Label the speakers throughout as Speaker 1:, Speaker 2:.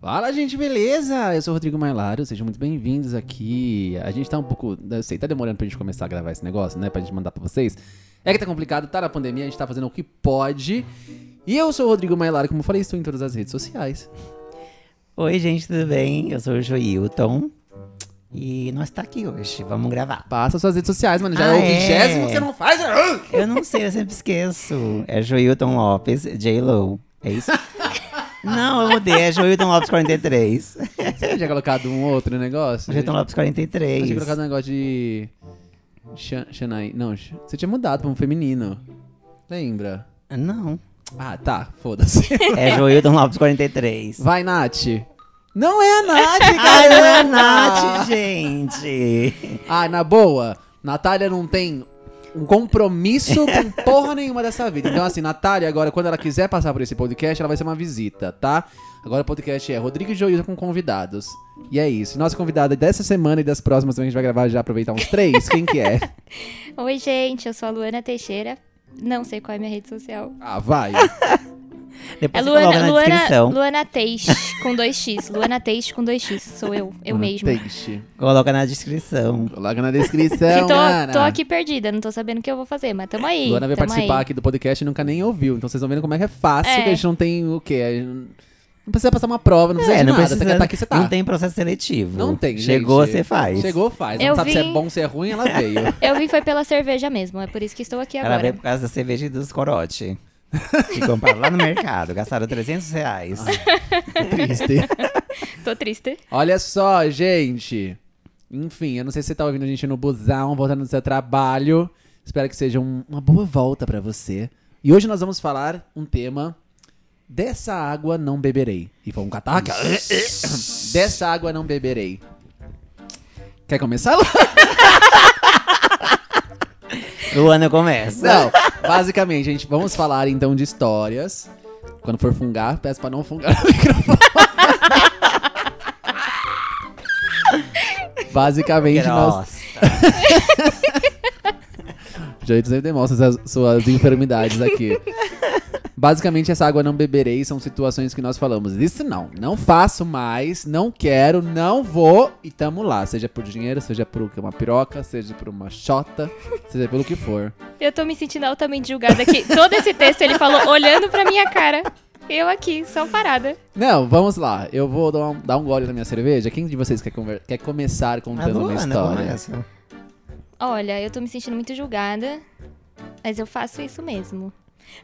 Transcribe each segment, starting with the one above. Speaker 1: Fala, gente, beleza? Eu sou o Rodrigo Mailário, sejam muito bem-vindos aqui. A gente tá um pouco. Eu sei, tá demorando pra gente começar a gravar esse negócio, né? Pra gente mandar pra vocês. É que tá complicado, tá na pandemia, a gente tá fazendo o que pode. E eu sou o Rodrigo Mailário, como eu falei, estou em todas as redes sociais.
Speaker 2: Oi, gente, tudo bem? Eu sou o Joilton. E nós tá aqui hoje, vamos gravar.
Speaker 1: Passa suas redes sociais, mano. Já
Speaker 2: Ah,
Speaker 1: é o vigésimo
Speaker 2: é?
Speaker 1: que você não faz. Ah!
Speaker 2: Eu não sei, eu sempre esqueço. É Joilton Lopes, J-Lo. É isso? não, eu mudei, é Joilton Lopes 43.
Speaker 1: Você não tinha colocado um outro negócio?
Speaker 2: Joilton Lopes
Speaker 1: Eu tinha
Speaker 2: 43.
Speaker 1: colocado um negócio de. Shan- Shanai. Não, Sh- você tinha mudado pra um feminino. Lembra?
Speaker 2: Não,
Speaker 1: Ah, tá. Foda-se.
Speaker 2: é Joilton Lopes 43.
Speaker 1: Vai, Nath. Não é a Nath,
Speaker 2: Ai,
Speaker 1: cara.
Speaker 2: não é a Nath, gente.
Speaker 1: Ah, na boa, Natália não tem um compromisso com porra nenhuma dessa vida. Então, assim, Natália, agora, quando ela quiser passar por esse podcast, ela vai ser uma visita, tá? Agora o podcast é Rodrigo e Joilson com convidados. E é isso. Nossa convidada dessa semana e das próximas também a gente vai gravar já, aproveitar uns três. Quem que é?
Speaker 3: Oi, gente, eu sou a Luana Teixeira. Não sei qual é a minha rede social.
Speaker 1: Ah, vai.
Speaker 3: É
Speaker 2: Depois você coloca
Speaker 3: Luana,
Speaker 2: na
Speaker 3: Luana,
Speaker 2: descrição.
Speaker 3: Luana Teix, com dois X. Luana Teix com dois X. Sou eu, eu mesma.
Speaker 1: Peixe.
Speaker 2: Coloca na descrição.
Speaker 1: Coloca na descrição,
Speaker 3: Que
Speaker 1: Ana.
Speaker 3: tô, tô aqui perdida, não tô sabendo o que eu vou fazer, mas tamo aí.
Speaker 1: Luana veio
Speaker 3: tamo
Speaker 1: participar
Speaker 3: aí.
Speaker 1: aqui do podcast e nunca nem ouviu. Então vocês vão vendo como é que é fácil,
Speaker 3: É.
Speaker 1: que a gente não tem o quê? Não precisa passar uma prova, não precisa
Speaker 2: É,
Speaker 1: de
Speaker 2: não
Speaker 1: nada.
Speaker 2: precisa.
Speaker 1: você quer tá aqui, você tá.
Speaker 2: Não tem processo seletivo.
Speaker 1: Não tem,
Speaker 2: Chegou,
Speaker 1: gente.
Speaker 2: você faz.
Speaker 1: Chegou, faz. não
Speaker 3: Eu
Speaker 1: sabe se é
Speaker 3: vim-
Speaker 1: bom, se é ruim, ela veio.
Speaker 3: Eu vim foi pela cerveja mesmo, é por isso que estou aqui
Speaker 2: Ela veio
Speaker 3: agora.
Speaker 2: por causa da cerveja e dos corote. Que compraram lá no mercado, gastaram 300 reais.
Speaker 1: Triste.
Speaker 3: Tô triste.
Speaker 1: Olha só, gente. Enfim, eu não sei se você tá ouvindo a gente no busão, voltando do seu trabalho. Espero que seja um- uma boa volta pra você. E hoje nós vamos falar um tema. Dessa água não beberei. E foi um cataca. Dessa água não beberei. Quer começar, Lu?
Speaker 2: Luana começa.
Speaker 1: Não, basicamente, gente, vamos falar então de histórias. Quando for fungar, peço pra não fungar no microfone. basicamente, nós.
Speaker 2: Grossa.
Speaker 1: Jeito sempre demonstra as suas enfermidades aqui. Basicamente, essa água não beberei são situações que nós falamos. Isso não, não faço mais, não quero, não vou e tamo lá. Seja por dinheiro, seja por uma piroca, seja por uma xota, seja pelo que for.
Speaker 3: Eu tô me sentindo altamente julgada aqui. Todo esse texto ele falou olhando pra minha cara. Eu aqui, só parada.
Speaker 1: Não, vamos lá. Eu vou dar um, dar um gole na minha cerveja. Quem de vocês quer, conver- quer começar
Speaker 2: A
Speaker 1: contando uma
Speaker 2: Luana
Speaker 1: história?
Speaker 2: começa.
Speaker 3: Olha, eu tô me sentindo muito julgada, mas eu faço isso mesmo.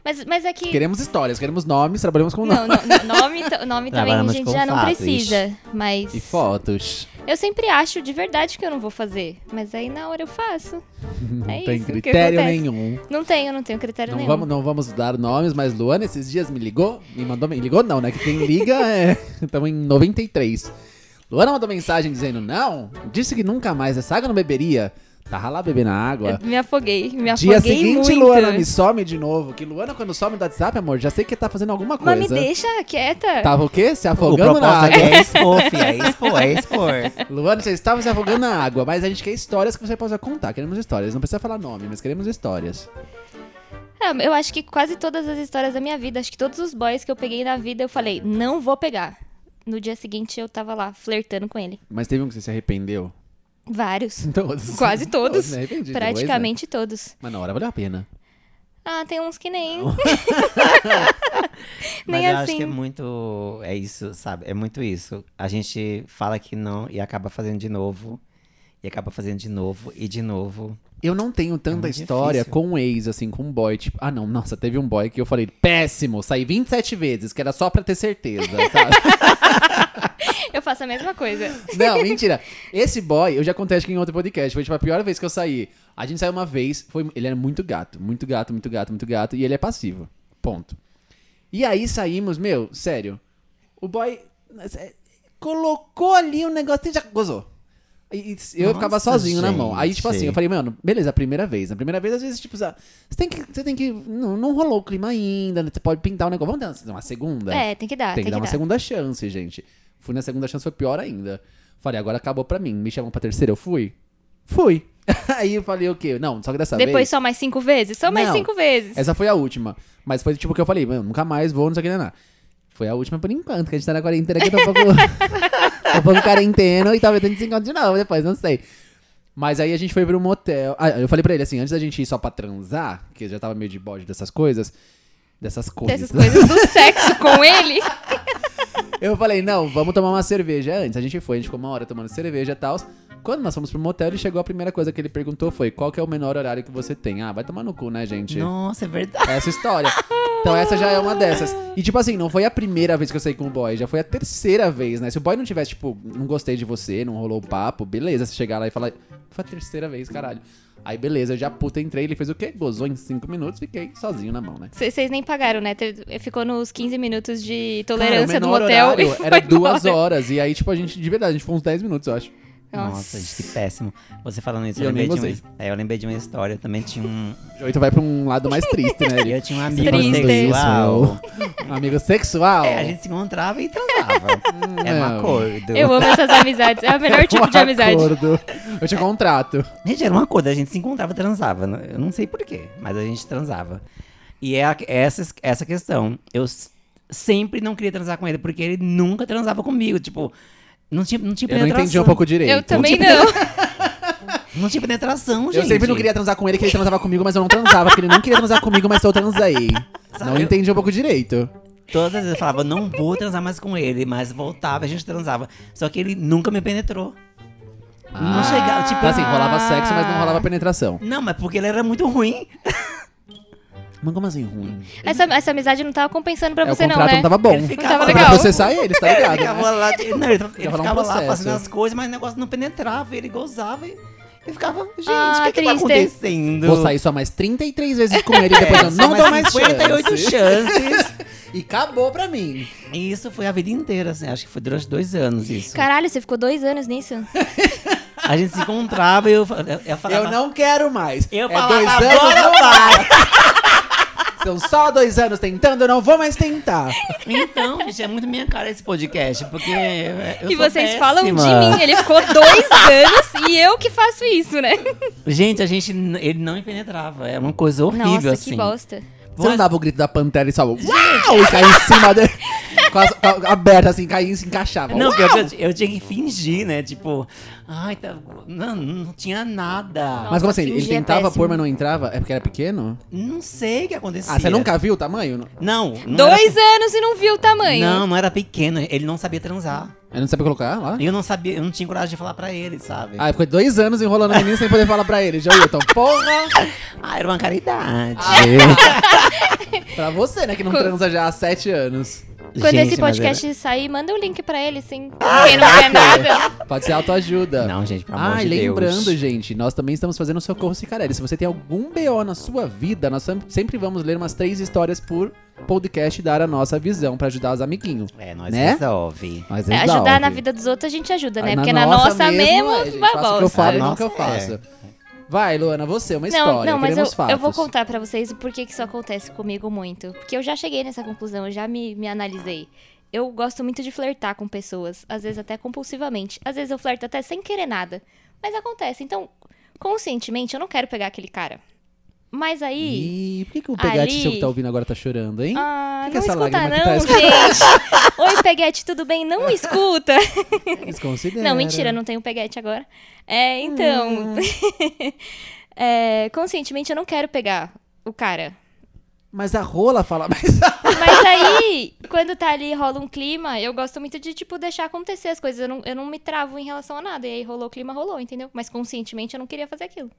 Speaker 3: Mas, mas é que.
Speaker 1: Queremos histórias, queremos nomes, trabalhamos com nomes.
Speaker 3: Não, não, não, nome, t- nome também a
Speaker 2: Trabalhamos
Speaker 3: gente
Speaker 2: com
Speaker 3: já não
Speaker 2: fatos.
Speaker 3: precisa. Mas
Speaker 1: E fotos.
Speaker 3: eu sempre acho de verdade que eu não vou fazer. Mas aí na hora eu faço.
Speaker 1: Não
Speaker 3: É
Speaker 1: tem
Speaker 3: isso que
Speaker 1: critério
Speaker 3: acontece.
Speaker 1: nenhum.
Speaker 3: Não tenho, não tenho critério
Speaker 1: Não
Speaker 3: nenhum.
Speaker 1: vamos, não vamos dar nomes, mas Luana esses dias me ligou, me mandou. Me ligou não, né? Que quem liga é. Estamos em 93. Luana mandou mensagem dizendo: não, disse que nunca mais essa água não beberia. Tava lá bebendo a água.
Speaker 3: Eu me afoguei, me
Speaker 1: Dia
Speaker 3: afoguei
Speaker 1: seguinte,
Speaker 3: muito.
Speaker 1: Luana me some de novo. Que Luana, quando some do WhatsApp, amor, já sei que tá fazendo alguma coisa. Tá.
Speaker 3: Mas me deixa quieta.
Speaker 1: Tava o quê? Se
Speaker 2: O
Speaker 1: afogando na água.
Speaker 2: propósito aqui é expor, filha, é expor, é expor.
Speaker 1: Luana, você estava se afogando na água, mas a gente quer histórias que você possa contar. Queremos histórias. Não precisa falar nome, mas queremos histórias.
Speaker 3: Ah, eu acho que quase todas as histórias da minha vida, acho que todos os boys que eu peguei na vida, eu falei, não vou pegar. No dia seguinte eu tava lá, flertando com ele.
Speaker 1: Mas teve um que você se arrependeu?
Speaker 3: Vários.
Speaker 1: Todos.
Speaker 3: Quase todos.
Speaker 1: me arrependi, dois, né?
Speaker 3: Praticamente todos.
Speaker 1: Mas na hora valeu a pena.
Speaker 3: Ah, tem uns que nem.
Speaker 2: Mas
Speaker 3: Nem
Speaker 2: eu acho
Speaker 3: assim.
Speaker 2: que é muito. É isso, sabe? É muito isso. A gente fala que não e acaba fazendo de novo. E acaba fazendo de novo e de novo.
Speaker 1: Eu não tenho tanta
Speaker 2: É muito
Speaker 1: história
Speaker 2: difícil.
Speaker 1: com um ex, assim, com um boy. Tipo, ah, não, nossa, teve um boy que eu falei, péssimo, saí 27 vezes, que era só pra ter certeza, sabe?
Speaker 3: Eu faço a mesma coisa.
Speaker 1: Não, mentira. Esse boy, eu já contei acho que em outro podcast. Foi tipo a pior vez que eu saí. A gente saiu uma vez, foi, ele era muito gato, muito gato, muito gato, muito gato, e ele é passivo. Ponto. E aí saímos, meu, sério. O boy eh, colocou ali um negócio e já gozou. E- e eu
Speaker 2: Nossa,
Speaker 1: ficava sozinho na mão. Aí, tipo
Speaker 2: gente.
Speaker 1: assim, eu falei, mano, beleza, a primeira vez. Na primeira vez, às vezes, tipo, você tem que. Você tem que. Não, não rolou o clima ainda, né? você pode pintar o negócio. Vamos dar uma segunda?
Speaker 3: É, tem que dar,
Speaker 1: Ah, tem que dar uma segunda chance, gente. Fui na segunda chance, foi pior ainda. Falei, agora acabou pra mim. Me chamam pra terceira, eu fui? Fui. Aí eu falei, o quê? Não, só que dessa
Speaker 3: Depois
Speaker 1: vez.
Speaker 3: só mais cinco vezes? Só mais
Speaker 1: Não. É
Speaker 3: cinco vezes.
Speaker 1: Essa foi a última. Mas foi tipo que eu falei, mano, nunca mais vou, não sei o que, não. Foi a última por enquanto, que a gente tá na quarentena aqui, eu tô um pouco, tô um pouco quarentena e talvez a gente se encontre de novo depois, não sei. Mas aí a gente foi pra um motel. Ah, eu falei pra ele assim, antes da gente ir só pra transar, que eu já tava meio de bode dessas coisas. Dessas coisas.
Speaker 3: Essas coisas do sexo com ele.
Speaker 1: Eu falei, não, vamos tomar uma cerveja É, antes. A gente foi, a gente ficou uma hora tomando cerveja e tal. Quando nós fomos pro motel, ele chegou, a primeira coisa que ele perguntou foi: qual que é o menor horário que você tem? Ah, vai tomar no cu, né, gente?
Speaker 2: Nossa, é verdade.
Speaker 1: Essa história. Então essa já é uma dessas. E tipo assim, não foi a primeira vez que eu saí com o boy, já foi a terceira vez, né? Se o boy não tivesse, tipo, não gostei de você, não rolou o papo, beleza, você chegar lá e falar, foi a terceira vez, caralho. Aí beleza, eu já puta entrei, ele fez o quê? Gozou em cinco minutos, fiquei sozinho na mão, né?
Speaker 3: Vocês vocês nem pagaram, né? Teve- Ficou nos 15 minutos de
Speaker 1: Cara, o
Speaker 3: tolerância do
Speaker 1: menor
Speaker 3: motel.
Speaker 1: horário
Speaker 3: e foi
Speaker 1: era duas
Speaker 3: embora.
Speaker 1: horas. E aí, tipo, a gente, de verdade, a gente ficou uns 10 minutos, eu acho.
Speaker 3: Nossa.
Speaker 2: Nossa, gente, que péssimo. Você falando isso,
Speaker 1: E
Speaker 2: eu,
Speaker 1: eu nem
Speaker 2: lembrei de uma, é, eu lembrei de uma história. Eu também tinha um.
Speaker 1: Joito vai pra um lado mais triste, né? Ele
Speaker 2: Eu tinha um amigo
Speaker 3: Triste.
Speaker 2: sexual.
Speaker 1: Um amigo sexual.
Speaker 2: É, a gente se encontrava e transava. é
Speaker 1: Não.
Speaker 2: um acordo.
Speaker 3: Eu amo essas amizades. É o melhor tipo de
Speaker 1: Um
Speaker 3: amizade.
Speaker 1: Acordo. Eu tinha contrato.
Speaker 2: Gente, era um acordo, a gente se encontrava e transava. né? Eu não sei porquê, mas a gente transava. E é a- essa, essa questão. Eu s- sempre não queria transar com ele, porque ele nunca transava comigo. Tipo, não tinha, não tinha
Speaker 1: Eu não
Speaker 2: penetração.
Speaker 1: entendi um pouco direito.
Speaker 3: Eu também não.
Speaker 1: tipo,
Speaker 2: Não tinha penetração, gente.
Speaker 1: Eu sempre não queria transar com ele, que ele transava comigo, mas eu não transava. Porque ele não queria transar comigo, mas eu transei.
Speaker 2: Sabe,
Speaker 1: Não
Speaker 2: eu-
Speaker 1: entendi um pouco direito.
Speaker 2: Todas as vezes eu falava, não vou transar mais com ele, mas voltava, a gente transava. Só que ele nunca me penetrou.
Speaker 1: Ah.
Speaker 2: Não chegava, tipo.
Speaker 1: Então, assim, rolava sexo, mas não rolava penetração.
Speaker 2: Não, mas porque ele era muito ruim.
Speaker 1: Mas como assim ruim?
Speaker 3: Ah, Essa, essa amizade não tava compensando pra
Speaker 1: é, o
Speaker 3: você, não,
Speaker 1: contrato não,
Speaker 3: né?
Speaker 1: tava bom.
Speaker 2: Ele
Speaker 1: Você
Speaker 2: ficava
Speaker 1: vai
Speaker 3: legal.
Speaker 1: processar eles, tá ligado?
Speaker 2: Ele
Speaker 1: né?
Speaker 2: ficava lá, não, ele, ele
Speaker 1: rolar um
Speaker 2: ficava lá
Speaker 1: processo.
Speaker 2: fazendo as coisas, mas o negócio não penetrava, ele gozava e eu ficava, gente, o
Speaker 3: Ah,
Speaker 2: que, que tá
Speaker 3: triste.
Speaker 2: acontecendo? É,
Speaker 1: Vou sair só mais 33 vezes com ele, depois
Speaker 3: É,
Speaker 1: eu
Speaker 2: só
Speaker 1: não dou mais
Speaker 2: 58
Speaker 1: chance.
Speaker 2: chances.
Speaker 1: E acabou pra mim.
Speaker 2: E isso foi a vida inteira, assim, acho que foi durante dois anos isso.
Speaker 3: Caralho, você ficou dois anos nisso?
Speaker 2: A gente se encontrava e eu, fa- eu, eu falava...
Speaker 1: Eu não quero mais.
Speaker 2: Eu
Speaker 1: é
Speaker 2: falava,
Speaker 1: dois anos,
Speaker 2: agora
Speaker 1: não
Speaker 2: vai!
Speaker 1: São só dois anos tentando, eu não vou mais tentar.
Speaker 2: Então, gente, é muito minha cara esse podcast, porque eu
Speaker 3: e
Speaker 2: sou
Speaker 3: vocês falam de
Speaker 2: péssima.
Speaker 3: mim. Ele ficou dois anos e eu que faço isso, né?
Speaker 2: Gente, a gente, n- ele não me penetrava, é uma coisa horrível,
Speaker 3: Nossa,
Speaker 2: assim.
Speaker 3: que bosta.
Speaker 1: Você não dava o grito da pantera e só. Uau! E caía em cima dele. Com as- com a- aberta, assim, caía e se encaixava.
Speaker 2: Não,
Speaker 1: Uau!
Speaker 2: pior que eu, eu tinha que fingir, né? Tipo, ai, tá, não, não tinha nada.
Speaker 1: Mas como assim? Ele
Speaker 3: fingir é
Speaker 1: tentava
Speaker 3: péssimo.
Speaker 1: pôr, mas não entrava? É porque era pequeno?
Speaker 2: Não sei o que acontecia.
Speaker 1: Ah, você nunca viu o tamanho?
Speaker 2: Não. não
Speaker 3: Dois
Speaker 2: era,
Speaker 1: assim.
Speaker 3: anos e não viu o tamanho.
Speaker 2: Não, não era pequeno. Ele não sabia transar.
Speaker 1: Aí não sabia colocar lá?
Speaker 2: E Eu não sabia, eu não tinha coragem de falar pra ele, sabe?
Speaker 1: Ah, ficou dois anos enrolando o menino sem poder falar pra ele. Já ia, então, porra!
Speaker 2: Ah, era uma caridade.
Speaker 3: Ah,
Speaker 1: pra você, né, que não transa já há sete anos.
Speaker 3: Quando
Speaker 2: Gente,
Speaker 3: esse
Speaker 2: mas
Speaker 3: podcast sair, manda o link pra ele, sim. Quem não é quer nada.
Speaker 1: Pode ser autoajuda.
Speaker 2: Era... Não, gente, pelo amor
Speaker 1: Ah,
Speaker 2: de
Speaker 1: e lembrando,
Speaker 2: Deus.
Speaker 1: gente, nós também estamos fazendo o Socorro Cicarelli. Se você tem algum BO na sua vida, nós sem- sempre vamos ler umas três histórias por podcast e dar a nossa visão pra ajudar os amiguinhos.
Speaker 2: É, nós
Speaker 1: Né?
Speaker 2: resolve.
Speaker 1: Mas
Speaker 3: É,
Speaker 1: resolve.
Speaker 3: ajudar na vida dos outros a gente ajuda, né?
Speaker 1: Ah,
Speaker 3: Porque na nossa mesmo,
Speaker 1: é, gente,
Speaker 3: uma
Speaker 1: faça o que eu
Speaker 3: bosta.
Speaker 1: falo e
Speaker 2: A
Speaker 1: não o que eu
Speaker 2: nossa é.
Speaker 1: faço. Vai, Luana, você, uma
Speaker 3: Não,
Speaker 1: história.
Speaker 3: não, mas eu,
Speaker 1: queremos fatos.
Speaker 3: eu vou contar pra vocês o porquê que isso acontece comigo muito. Porque eu já cheguei nessa conclusão, eu já me, me analisei. Eu gosto muito de flertar com pessoas, às vezes até compulsivamente. Às vezes eu flerto até sem querer nada. Mas acontece, então, conscientemente, eu não quero pegar aquele cara. Mas aí.
Speaker 1: Ih, por que, que o Pegate,
Speaker 3: Ali-
Speaker 1: seu que tá ouvindo agora, tá chorando, hein?
Speaker 3: Ah,
Speaker 1: que que
Speaker 3: não
Speaker 1: essa
Speaker 3: escuta
Speaker 1: lágrima que
Speaker 3: não,
Speaker 1: tá
Speaker 3: gente. Oi, Peguete, tudo bem? Não escuta.
Speaker 1: Desconsidera.
Speaker 3: Não, mentira, não tenho peguete agora. É, então.
Speaker 1: Ah.
Speaker 3: É, conscientemente eu não quero pegar o cara.
Speaker 1: Mas a rola fala. Mas
Speaker 3: Mas aí, quando tá ali rola um clima, eu gosto muito de, tipo, deixar acontecer as coisas. Eu não, eu não me travo em relação a nada. E aí rolou o clima, rolou, entendeu? Mas conscientemente eu não queria fazer aquilo.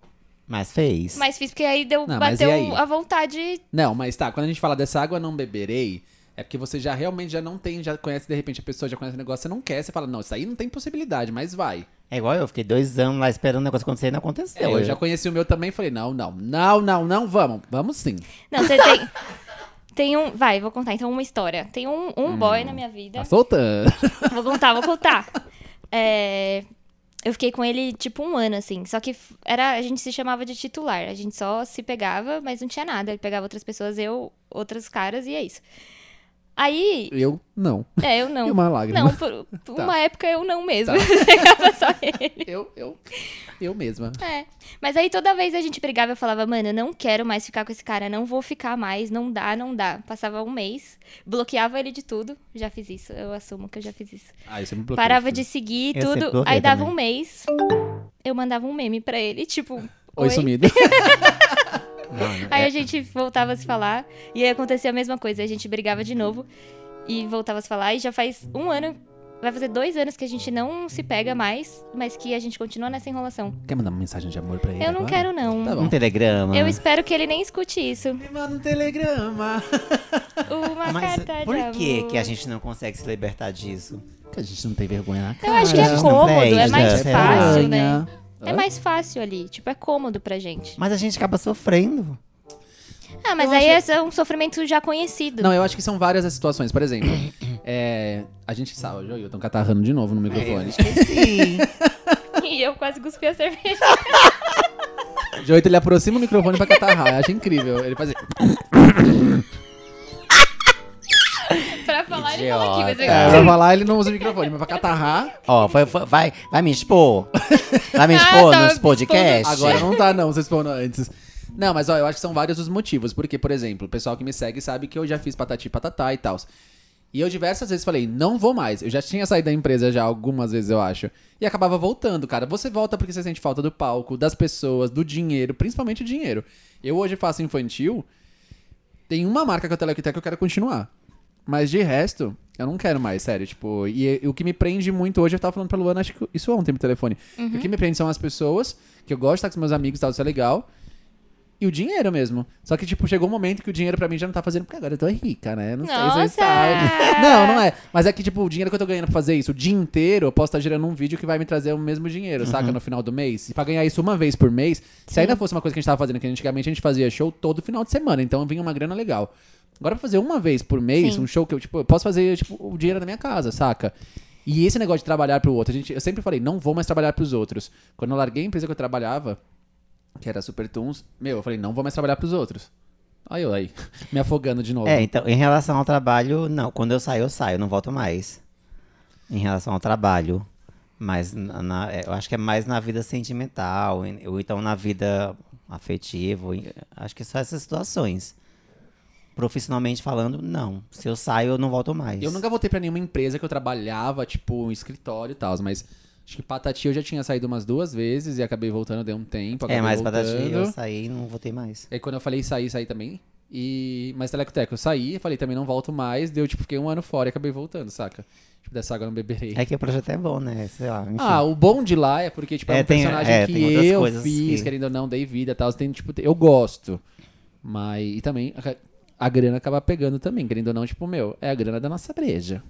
Speaker 2: Mas fez.
Speaker 3: Mas fiz porque aí deu,
Speaker 1: Não, mas
Speaker 3: bateu
Speaker 1: e aí?
Speaker 3: a vontade.
Speaker 1: Não, mas tá, quando a gente fala dessa água não beberei, é porque você já realmente já não tem, já conhece de repente a pessoa, já conhece o negócio, você não quer, você fala, não, isso aí não tem possibilidade, mas vai.
Speaker 2: É igual eu, fiquei dois anos lá esperando o negócio acontecer e não
Speaker 1: É,
Speaker 2: aconteceu.
Speaker 1: eu já conheci o meu também, falei, não, não, não, não, não, vamos, vamos sim.
Speaker 3: Não, você tem. Tem um. Vai, vou contar então uma história. Tem um, um boy na minha vida.
Speaker 1: Tá soltando.
Speaker 3: Vou contar, vou contar. É, eu fiquei com ele tipo um ano, assim. Só que f- era, a gente se chamava de titular. A gente só se pegava, mas não tinha nada. Ele pegava outras pessoas, eu, outros caras, e é isso. Aí,
Speaker 1: Eu não.
Speaker 3: é, eu não.
Speaker 1: E uma lágrima.
Speaker 3: Não, por, por
Speaker 1: Tá.
Speaker 3: uma época eu não mesmo.
Speaker 1: Tá.
Speaker 3: Pegava só ele.
Speaker 1: Eu, eu, eu mesma.
Speaker 3: É. Mas aí toda vez a gente brigava, eu falava, mano, eu não quero mais ficar com esse cara, não vou ficar mais, não dá, não dá. Passava um mês, bloqueava ele de tudo. Já fiz isso, eu assumo que eu já fiz isso.
Speaker 1: Ah, isso me bloqueou.
Speaker 3: Parava de seguir
Speaker 2: Eu sempre
Speaker 3: tudo.
Speaker 2: bloqueio
Speaker 3: Aí dava
Speaker 2: também.
Speaker 3: um mês, eu mandava um meme pra ele, tipo, oi.
Speaker 1: Oi, sumido.
Speaker 2: Mano,
Speaker 3: Aí
Speaker 2: é-
Speaker 3: a gente voltava a se falar e aí acontecia a mesma coisa. A gente brigava de novo e voltava a se falar. E já faz um ano, vai fazer dois anos que a gente não se pega mais, mas que a gente continua nessa enrolação.
Speaker 1: Quer mandar uma mensagem de amor pra ele?
Speaker 3: Eu não
Speaker 1: agora?
Speaker 3: quero, não.
Speaker 1: Tá
Speaker 2: um
Speaker 1: bom.
Speaker 2: telegrama.
Speaker 3: Eu espero que ele nem escute isso.
Speaker 1: Me manda um telegrama.
Speaker 3: Uma
Speaker 2: Mas
Speaker 3: carta
Speaker 2: por
Speaker 3: de
Speaker 2: que, é
Speaker 3: amor.
Speaker 2: que a gente não consegue se libertar disso?
Speaker 1: Que a gente não tem vergonha na
Speaker 3: Eu
Speaker 1: cara.
Speaker 3: acho que
Speaker 2: Ah,
Speaker 3: é cômodo,
Speaker 2: velho,
Speaker 3: é mais
Speaker 2: né?
Speaker 3: fácil, né?
Speaker 1: Vergonha.
Speaker 3: É mais fácil ali, tipo, é cômodo pra gente.
Speaker 2: Mas a gente acaba sofrendo. Hum.
Speaker 3: Ah, mas
Speaker 1: Eu
Speaker 3: aí é um sofrimento já conhecido.
Speaker 1: Não, eu acho que são várias as situações. Por exemplo, é, a gente sabe, hoje eu tô catarrando de novo no microfone.
Speaker 2: Sim.
Speaker 3: E eu quase cuspi a cerveja.
Speaker 1: De oito ele aproxima o microfone pra catarrar. Eu acho incrível. Ele faz.
Speaker 3: Pra falar, ele fala aqui, mas eu...
Speaker 1: É, pra falar, ele não usa o microfone, mas pra catarrar.
Speaker 2: Ó, foi- foi- vai, vai me expor? Vai me expor
Speaker 3: Ah, tá,
Speaker 2: nos podcasts?
Speaker 1: Agora não tá, não, vocês foram antes. Não, mas ó, eu acho que são vários os motivos. Porque, por exemplo, o pessoal que me segue sabe que eu já fiz patati patatá e tal. E eu diversas vezes falei, não vou mais. Eu já tinha saído da empresa já algumas vezes, eu acho. E acabava voltando, cara. Você volta porque você sente falta do palco, das pessoas, do dinheiro, principalmente o dinheiro. Eu hoje faço infantil. Tem uma marca que eu telequitei que eu quero continuar. Mas de resto, eu não quero mais, sério. Tipo, e, e o que me prende muito hoje, eu tava falando pra Luana, acho que isso ontem no telefone.
Speaker 3: Uhum.
Speaker 1: que O que me prende são as pessoas, que eu gosto de estar com os meus amigos e tal, isso é legal. E o dinheiro mesmo. Só que, tipo, chegou um momento que o dinheiro pra mim já não tá fazendo, porque agora eu tô rica, né? Não sei se
Speaker 3: Nossa!
Speaker 1: vocês sabem. Não, não é. Mas é que, tipo, o dinheiro que eu tô ganhando pra fazer isso o dia inteiro, eu posso estar gerando um vídeo que vai me trazer o mesmo dinheiro, saca? No final do mês. E pra ganhar isso uma vez por mês, se ainda fosse uma coisa que a gente tava fazendo, que antigamente a gente fazia show todo final de semana, então vinha uma grana legal. Agora pra fazer uma vez por mês,
Speaker 3: Sim.
Speaker 1: um show que eu, tipo, eu posso fazer, tipo, o dinheiro na minha casa, saca? E esse negócio de trabalhar pro outro, a gente, eu sempre falei, não vou mais trabalhar pros outros. Quando eu larguei a empresa que eu trabalhava, que era a Super Tunes, meu, eu falei, não vou mais trabalhar pros outros. Aí eu aí, me afogando de novo.
Speaker 2: É, então, em relação ao trabalho, não. Quando eu saio, eu saio, não volto mais. Em relação ao trabalho. Mas na- na- é, eu acho que é mais na vida sentimental, em- ou então na vida afetiva. em- Acho que só essas situações. Profissionalmente falando, não. Se eu saio, eu não volto mais.
Speaker 1: Eu nunca voltei pra nenhuma empresa que eu trabalhava, tipo, um escritório e tal, mas acho que Patati eu já tinha saído umas duas vezes e acabei voltando, deu um tempo.
Speaker 2: É,
Speaker 1: acabei
Speaker 2: mas
Speaker 1: voltando.
Speaker 2: Patati, eu saí e não voltei mais.
Speaker 1: Aí quando eu falei sair, saí também. E... Mas Telecoteco, eu saí, falei também não volto mais. Deu, tipo, fiquei um ano fora e acabei voltando, saca? Tipo, dessa água eu não beberei.
Speaker 2: É que o projeto é bom, né? Sei lá, enfim.
Speaker 1: Ah, o bom de lá é porque, tipo, é,
Speaker 2: É,
Speaker 1: um
Speaker 2: tem-
Speaker 1: personagem
Speaker 2: é,
Speaker 1: que
Speaker 2: tem outras
Speaker 1: eu
Speaker 2: coisas
Speaker 1: fiz,
Speaker 2: que-
Speaker 1: querendo ou não, dei vida e tal. Tem, tipo, eu gosto. Mas, e também, a, a grana acaba pegando também, querendo ou não, tipo, meu, é a grana da nossa breja.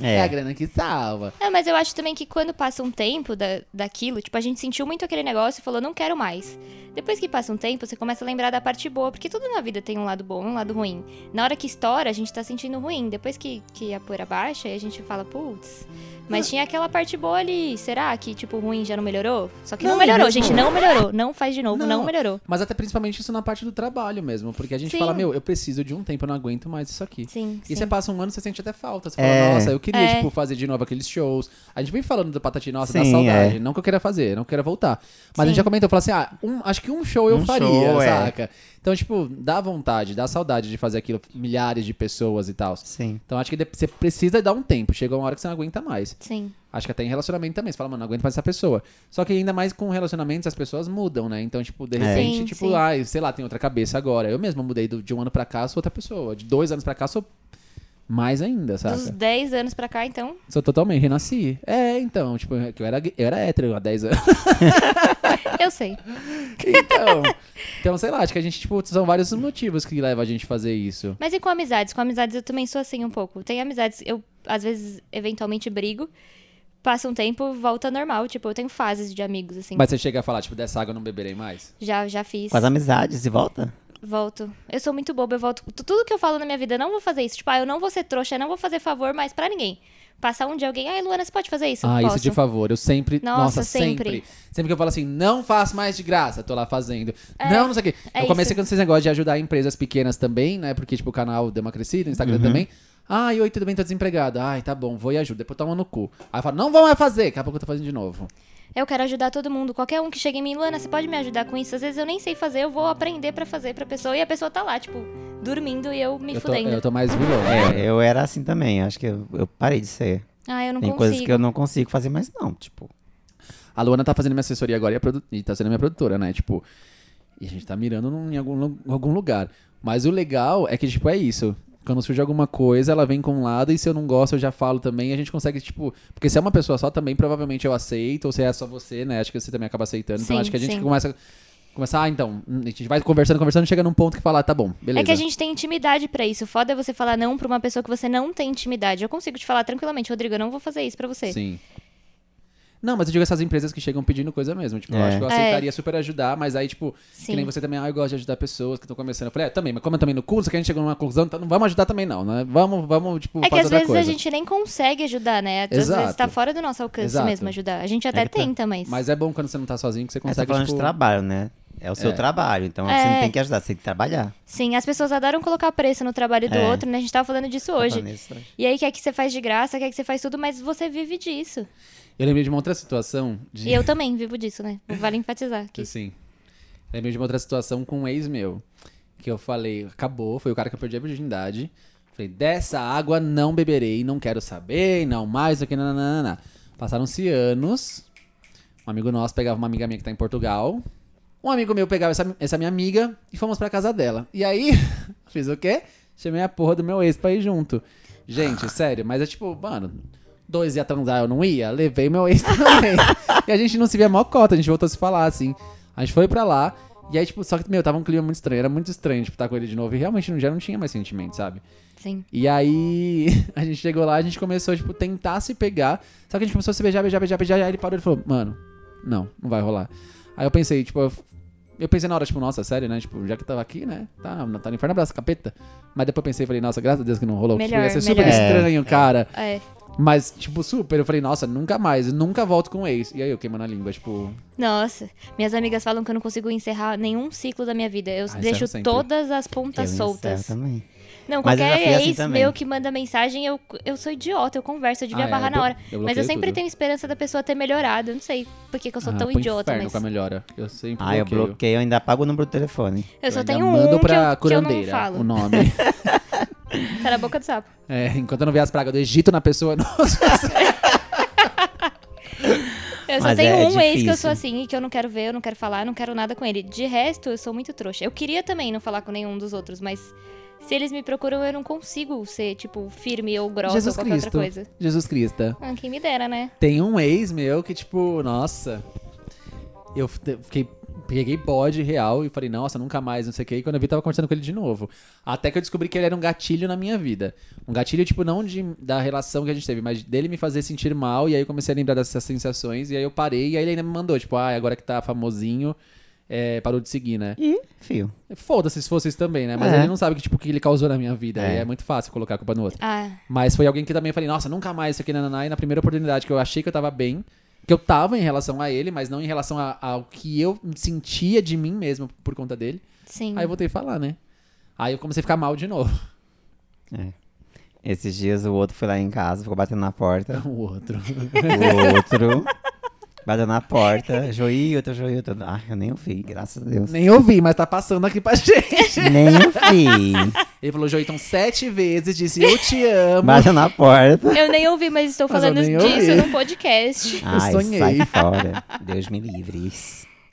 Speaker 1: É, a grana que salva.
Speaker 3: É, mas eu acho também que quando passa um tempo da, daquilo, tipo, a gente sentiu muito aquele negócio e falou, não quero mais. Depois que passa um tempo, você começa a lembrar da parte boa, porque tudo na vida tem um lado bom e um lado ruim. Na hora que estoura, a gente tá sentindo ruim. Depois que, que a poeira baixa, aí a gente fala, putz. Mas tinha aquela parte boa ali. Será que, tipo, o ruim já não melhorou? Só que não,
Speaker 1: Não,
Speaker 3: melhorou,
Speaker 1: mesmo.
Speaker 3: gente. Não melhorou. Não faz de novo, não,
Speaker 1: Não.
Speaker 3: melhorou.
Speaker 1: Mas até principalmente isso na parte do trabalho mesmo. Porque a gente
Speaker 3: Sim.
Speaker 1: fala, meu, eu preciso de um tempo, eu não aguento mais isso aqui.
Speaker 3: Sim, sim.
Speaker 1: E você passa um ano, você sente até falta. Você fala,
Speaker 2: É.
Speaker 1: nossa, eu queria,
Speaker 3: É.
Speaker 1: tipo, fazer de novo aqueles shows. A gente vem falando do Patati, nossa, da
Speaker 2: Sim,
Speaker 1: saudade. Não que eu queira fazer, não que eu queira voltar. Mas a gente
Speaker 3: é. Sim.
Speaker 1: já comentou, falou assim, ah, um- acho que um show eu
Speaker 2: Um
Speaker 1: faria,
Speaker 2: show, é.
Speaker 1: saca? Então, tipo, dá vontade, dá saudade de fazer aquilo, milhares de pessoas e tal.
Speaker 2: Sim.
Speaker 1: Então, acho que de- você precisa dar um tempo. Chega uma hora que você não aguenta mais.
Speaker 3: Sim.
Speaker 1: Acho que até em relacionamento também. Você fala, mano, não aguento mais essa pessoa. Só que ainda mais com relacionamentos, as pessoas mudam, né? Então, tipo, de repente,
Speaker 3: Sim,
Speaker 1: tipo,
Speaker 3: sim.
Speaker 1: ai, sei lá, tem outra cabeça agora. Eu mesmo mudei do- de um ano pra cá, sou outra pessoa. De dois anos pra cá, sou mais ainda,
Speaker 3: Dos
Speaker 1: saca?
Speaker 3: 10 anos pra cá, então.
Speaker 1: Sou totalmente, renasci. É, então, tipo, é que eu era, eu era hétero há 10 anos.
Speaker 3: Eu sei.
Speaker 1: Então, então, sei lá, acho que a gente, tipo, são vários os motivos que levam a gente a fazer isso.
Speaker 3: Mas e com amizades? Com amizades eu também sou assim um pouco. Tem amizades, eu às vezes eventualmente brigo, passa um tempo, volta ao normal. Tipo, eu tenho fases de amigos, assim.
Speaker 1: Mas você chega a falar, tipo, dessa água eu não beberei mais?
Speaker 3: Já, já fiz.
Speaker 2: Com as amizades, e volta?
Speaker 3: Volto. Eu sou muito boba, eu volto. Tu- Tudo que eu falo na minha vida, eu não vou fazer isso. Tipo, ah, eu não vou ser trouxa, eu não vou fazer favor mais pra ninguém. Passar um dia alguém, ai, Luana, você pode fazer isso?
Speaker 1: Ah,
Speaker 3: Posso.
Speaker 1: isso de favor. Eu sempre.
Speaker 3: Nossa,
Speaker 1: Nossa, sempre. sempre.
Speaker 3: sempre.
Speaker 1: que eu falo assim, não faço mais de graça, tô lá fazendo.
Speaker 3: É,
Speaker 1: não, não sei o quê.
Speaker 3: é
Speaker 1: eu comecei
Speaker 3: isso.
Speaker 1: com esse negócio de ajudar empresas pequenas também, né? Porque, tipo, o canal deu uma crescida, o Instagram também. Ai, oi, tudo bem, tô desempregada. Ai, tá bom, vou e ajudo. Depois toma no cu. Aí eu falo, não vou mais fazer, daqui a pouco eu tô fazendo de novo.
Speaker 3: Eu quero ajudar todo mundo. Qualquer um que chega em mim, Luana, você pode me ajudar com isso? Às vezes eu nem sei fazer, eu vou aprender pra fazer pra pessoa. E a pessoa tá lá, tipo, dormindo e eu me
Speaker 1: Eu tô,
Speaker 3: fudendo.
Speaker 1: eu tô mais vilão.
Speaker 2: É, eu era assim também. Acho que eu, eu parei de ser.
Speaker 3: Ah, eu não
Speaker 2: Tem coisas
Speaker 3: consigo.
Speaker 2: que eu não consigo fazer mais, não. Tipo,
Speaker 1: A Luana tá fazendo minha assessoria agora e, a produ- e tá sendo minha produtora, né? Tipo, e a gente tá mirando num- em algum, lu- em algum lugar. Mas o legal é que, tipo, é isso. Quando surge alguma coisa, ela vem com um lado e se eu não gosto, eu já falo também. E a gente consegue, tipo. Porque se é uma pessoa só também, provavelmente eu aceito. Ou se é só você, né? Acho que você também acaba aceitando. então
Speaker 3: Sim,
Speaker 1: acho que a gente
Speaker 3: sim.
Speaker 1: começa. Começar, ah, então. hum, A gente vai conversando, conversando, chega num ponto que fala, ah, tá bom, beleza.
Speaker 3: É que a gente tem intimidade pra isso. Foda é você falar não pra uma pessoa que você não tem intimidade. Eu consigo te falar tranquilamente, Rodrigo, eu não vou fazer isso pra você.
Speaker 1: Sim. Não, mas eu digo essas empresas que chegam pedindo coisa mesmo. Tipo, eu
Speaker 2: É.
Speaker 1: acho que eu
Speaker 3: É.
Speaker 1: aceitaria super ajudar, mas aí, tipo, que
Speaker 3: Sim.
Speaker 1: nem você também, ah, eu gosto de ajudar pessoas que estão começando. Eu falei, é, também, mas como eu também no curso, que a gente chegou numa conclusão, então não vamos ajudar também, não, né? Vamos, vamos, tipo,
Speaker 3: É que
Speaker 1: fazer
Speaker 3: às
Speaker 1: outra
Speaker 3: vezes
Speaker 1: coisa.
Speaker 3: a gente nem consegue ajudar, né? Às
Speaker 1: Exato.
Speaker 3: vezes tá fora do nosso alcance
Speaker 1: Exato.
Speaker 3: mesmo ajudar. A gente até
Speaker 2: que tá-
Speaker 3: tenta, mas.
Speaker 1: Mas é bom quando você não tá sozinho, que você
Speaker 2: mas tá
Speaker 1: consegue,
Speaker 2: falando
Speaker 1: tipo...
Speaker 2: de trabalho, né? É o seu
Speaker 1: É.
Speaker 2: trabalho. Então
Speaker 3: É.
Speaker 2: você não tem que ajudar, você tem que trabalhar.
Speaker 3: Sim, as pessoas adoram colocar preço no trabalho do
Speaker 2: É.
Speaker 3: outro, né? A gente tava falando disso
Speaker 2: Tá
Speaker 3: hoje.
Speaker 2: falando isso hoje.
Speaker 3: E aí quer que você faz de graça, quer que você faz tudo, mas você vive disso.
Speaker 1: Eu lembrei de uma outra situação de...
Speaker 3: E eu também vivo disso, né? Vale enfatizar aqui.
Speaker 1: Sim. Assim, Lembrei de uma outra situação com um ex meu. Que eu falei, acabou, foi o cara que eu perdi a virgindade. Falei, dessa água não beberei, não quero saber, não mais, o que, nananana. Passaram-se anos. Um amigo nosso pegava uma amiga minha que tá em Portugal. Um amigo meu pegava essa, essa minha amiga e fomos pra casa dela. E aí, fiz o quê? Chamei a porra do meu ex pra ir junto. Gente, sério, mas é tipo, mano, dois ia transar, eu não ia? Levei meu ex também. e a gente não se via mó cota, a gente voltou a se falar, assim. A gente foi pra lá, e aí, tipo, só que, meu, tava um clima muito estranho, era muito estranho, tipo, estar com ele de novo. E realmente no dia não tinha mais sentimento, sabe?
Speaker 3: Sim.
Speaker 1: E aí, a gente chegou lá, a gente começou, tipo, tentar se pegar. Só que a gente começou a se beijar, beijar, beijar, beijar. Aí ele parou e falou, mano, não, não vai rolar. Aí eu pensei, tipo, eu, eu pensei na hora, tipo, nossa, sério, né? Tipo, já que tava aqui, né? Tá, tá no inferno, abraço, capeta. Mas depois eu pensei, falei, nossa, graças a Deus que não rolou. porque
Speaker 3: Melhor,
Speaker 1: ia ser super
Speaker 3: melhor.
Speaker 1: estranho, cara.
Speaker 3: É.
Speaker 1: Mas, tipo, super. Eu falei, nossa, nunca mais, nunca volto com o ex. E aí eu queimando a língua, tipo,
Speaker 3: Nossa, minhas amigas falam que eu não consigo encerrar nenhum ciclo da minha vida. Eu
Speaker 1: Ah, encerro
Speaker 3: deixo
Speaker 1: sempre.
Speaker 3: todas as
Speaker 2: Eu
Speaker 3: pontas
Speaker 2: encerro
Speaker 3: soltas.
Speaker 2: Também.
Speaker 3: Não,
Speaker 2: Mas eu já
Speaker 3: qualquer
Speaker 2: fui assim
Speaker 3: ex
Speaker 2: também.
Speaker 3: meu que manda mensagem, eu, eu sou idiota, eu converso, eu devia
Speaker 1: Ah, é,
Speaker 3: barrar
Speaker 1: eu
Speaker 3: na
Speaker 1: blo-
Speaker 3: hora.
Speaker 1: eu
Speaker 3: mas eu
Speaker 1: bloqueio
Speaker 3: sempre
Speaker 1: tudo.
Speaker 3: tenho esperança da pessoa ter melhorado. Eu não sei por que que eu sou
Speaker 1: ah,
Speaker 3: tão
Speaker 1: pro
Speaker 3: idiota,
Speaker 1: inferno
Speaker 3: mas.
Speaker 1: com a melhora. Eu sempre
Speaker 2: Ah, eu
Speaker 1: bloqueio.
Speaker 2: bloqueei, eu ainda apago o número do telefone.
Speaker 3: Eu só
Speaker 1: ainda
Speaker 3: tenho
Speaker 1: mando
Speaker 3: um que
Speaker 1: pra
Speaker 3: eu, que eu não
Speaker 1: curandeira Um- o
Speaker 3: falo.
Speaker 1: nome.
Speaker 3: Tá na boca do sapo.
Speaker 1: é, enquanto eu não ver as pragas do Egito na pessoa, nossa.
Speaker 3: Eu só
Speaker 2: Mas
Speaker 3: tenho
Speaker 2: é- é
Speaker 3: um ex que eu
Speaker 2: difícil.
Speaker 3: sou assim e que eu não quero ver, eu não quero falar, eu não quero nada com ele. De resto, eu sou muito trouxa. Eu queria também não falar com nenhum dos outros, mas se eles me procuram, eu não consigo ser, tipo, firme ou grossa
Speaker 1: Jesus
Speaker 3: ou qualquer
Speaker 1: Cristo.
Speaker 3: outra coisa.
Speaker 1: Jesus Cristo.
Speaker 3: Ah, quem me dera, né?
Speaker 1: Tem um ex meu que, tipo, nossa. Eu f- te- fiquei. Peguei bode real e falei, nossa, nunca mais, não sei o que. E quando eu vi, tava conversando com ele de novo. Até que eu descobri que ele era um gatilho na minha vida. Um gatilho, tipo, não de, da relação que a gente teve, mas dele me fazer sentir mal. E aí eu comecei a lembrar dessas sensações. E aí eu parei. E aí ele ainda me mandou, tipo, ah, agora que tá famosinho, é, parou de seguir, né?
Speaker 2: E, fio.
Speaker 1: Foda-se se fosse isso também, né? Mas
Speaker 2: É.
Speaker 1: ele não sabe que, tipo, o que ele causou na minha vida.
Speaker 2: É.
Speaker 1: E é muito fácil colocar a culpa no outro.
Speaker 3: Ah,
Speaker 1: Mas foi alguém que também eu falei, nossa, nunca mais isso aqui, nananá. E na primeira oportunidade que eu achei que eu tava bem, que eu tava em relação a ele, mas não em relação a- ao que eu sentia de mim mesmo por conta dele.
Speaker 3: sim.
Speaker 1: Aí eu voltei a falar, né? Aí eu comecei a ficar mal de novo.
Speaker 2: Esses dias o outro foi lá em casa, ficou batendo na porta.
Speaker 1: O outro.
Speaker 2: O outro bateu na porta. Joilton, Joilton. Ah, eu nem ouvi, graças a Deus.
Speaker 1: Nem ouvi, mas tá passando aqui pra gente.
Speaker 2: Nem ouvi.
Speaker 1: Ele falou, Joitão, sete vezes, disse, eu te amo.
Speaker 2: Bateu na porta.
Speaker 3: Eu nem ouvi, mas estou
Speaker 1: Mas eu
Speaker 3: falando
Speaker 1: nem
Speaker 3: disso
Speaker 1: ouvi.
Speaker 3: num podcast.
Speaker 2: Ai,
Speaker 1: sonhei.
Speaker 2: sai fora. Deus me livre.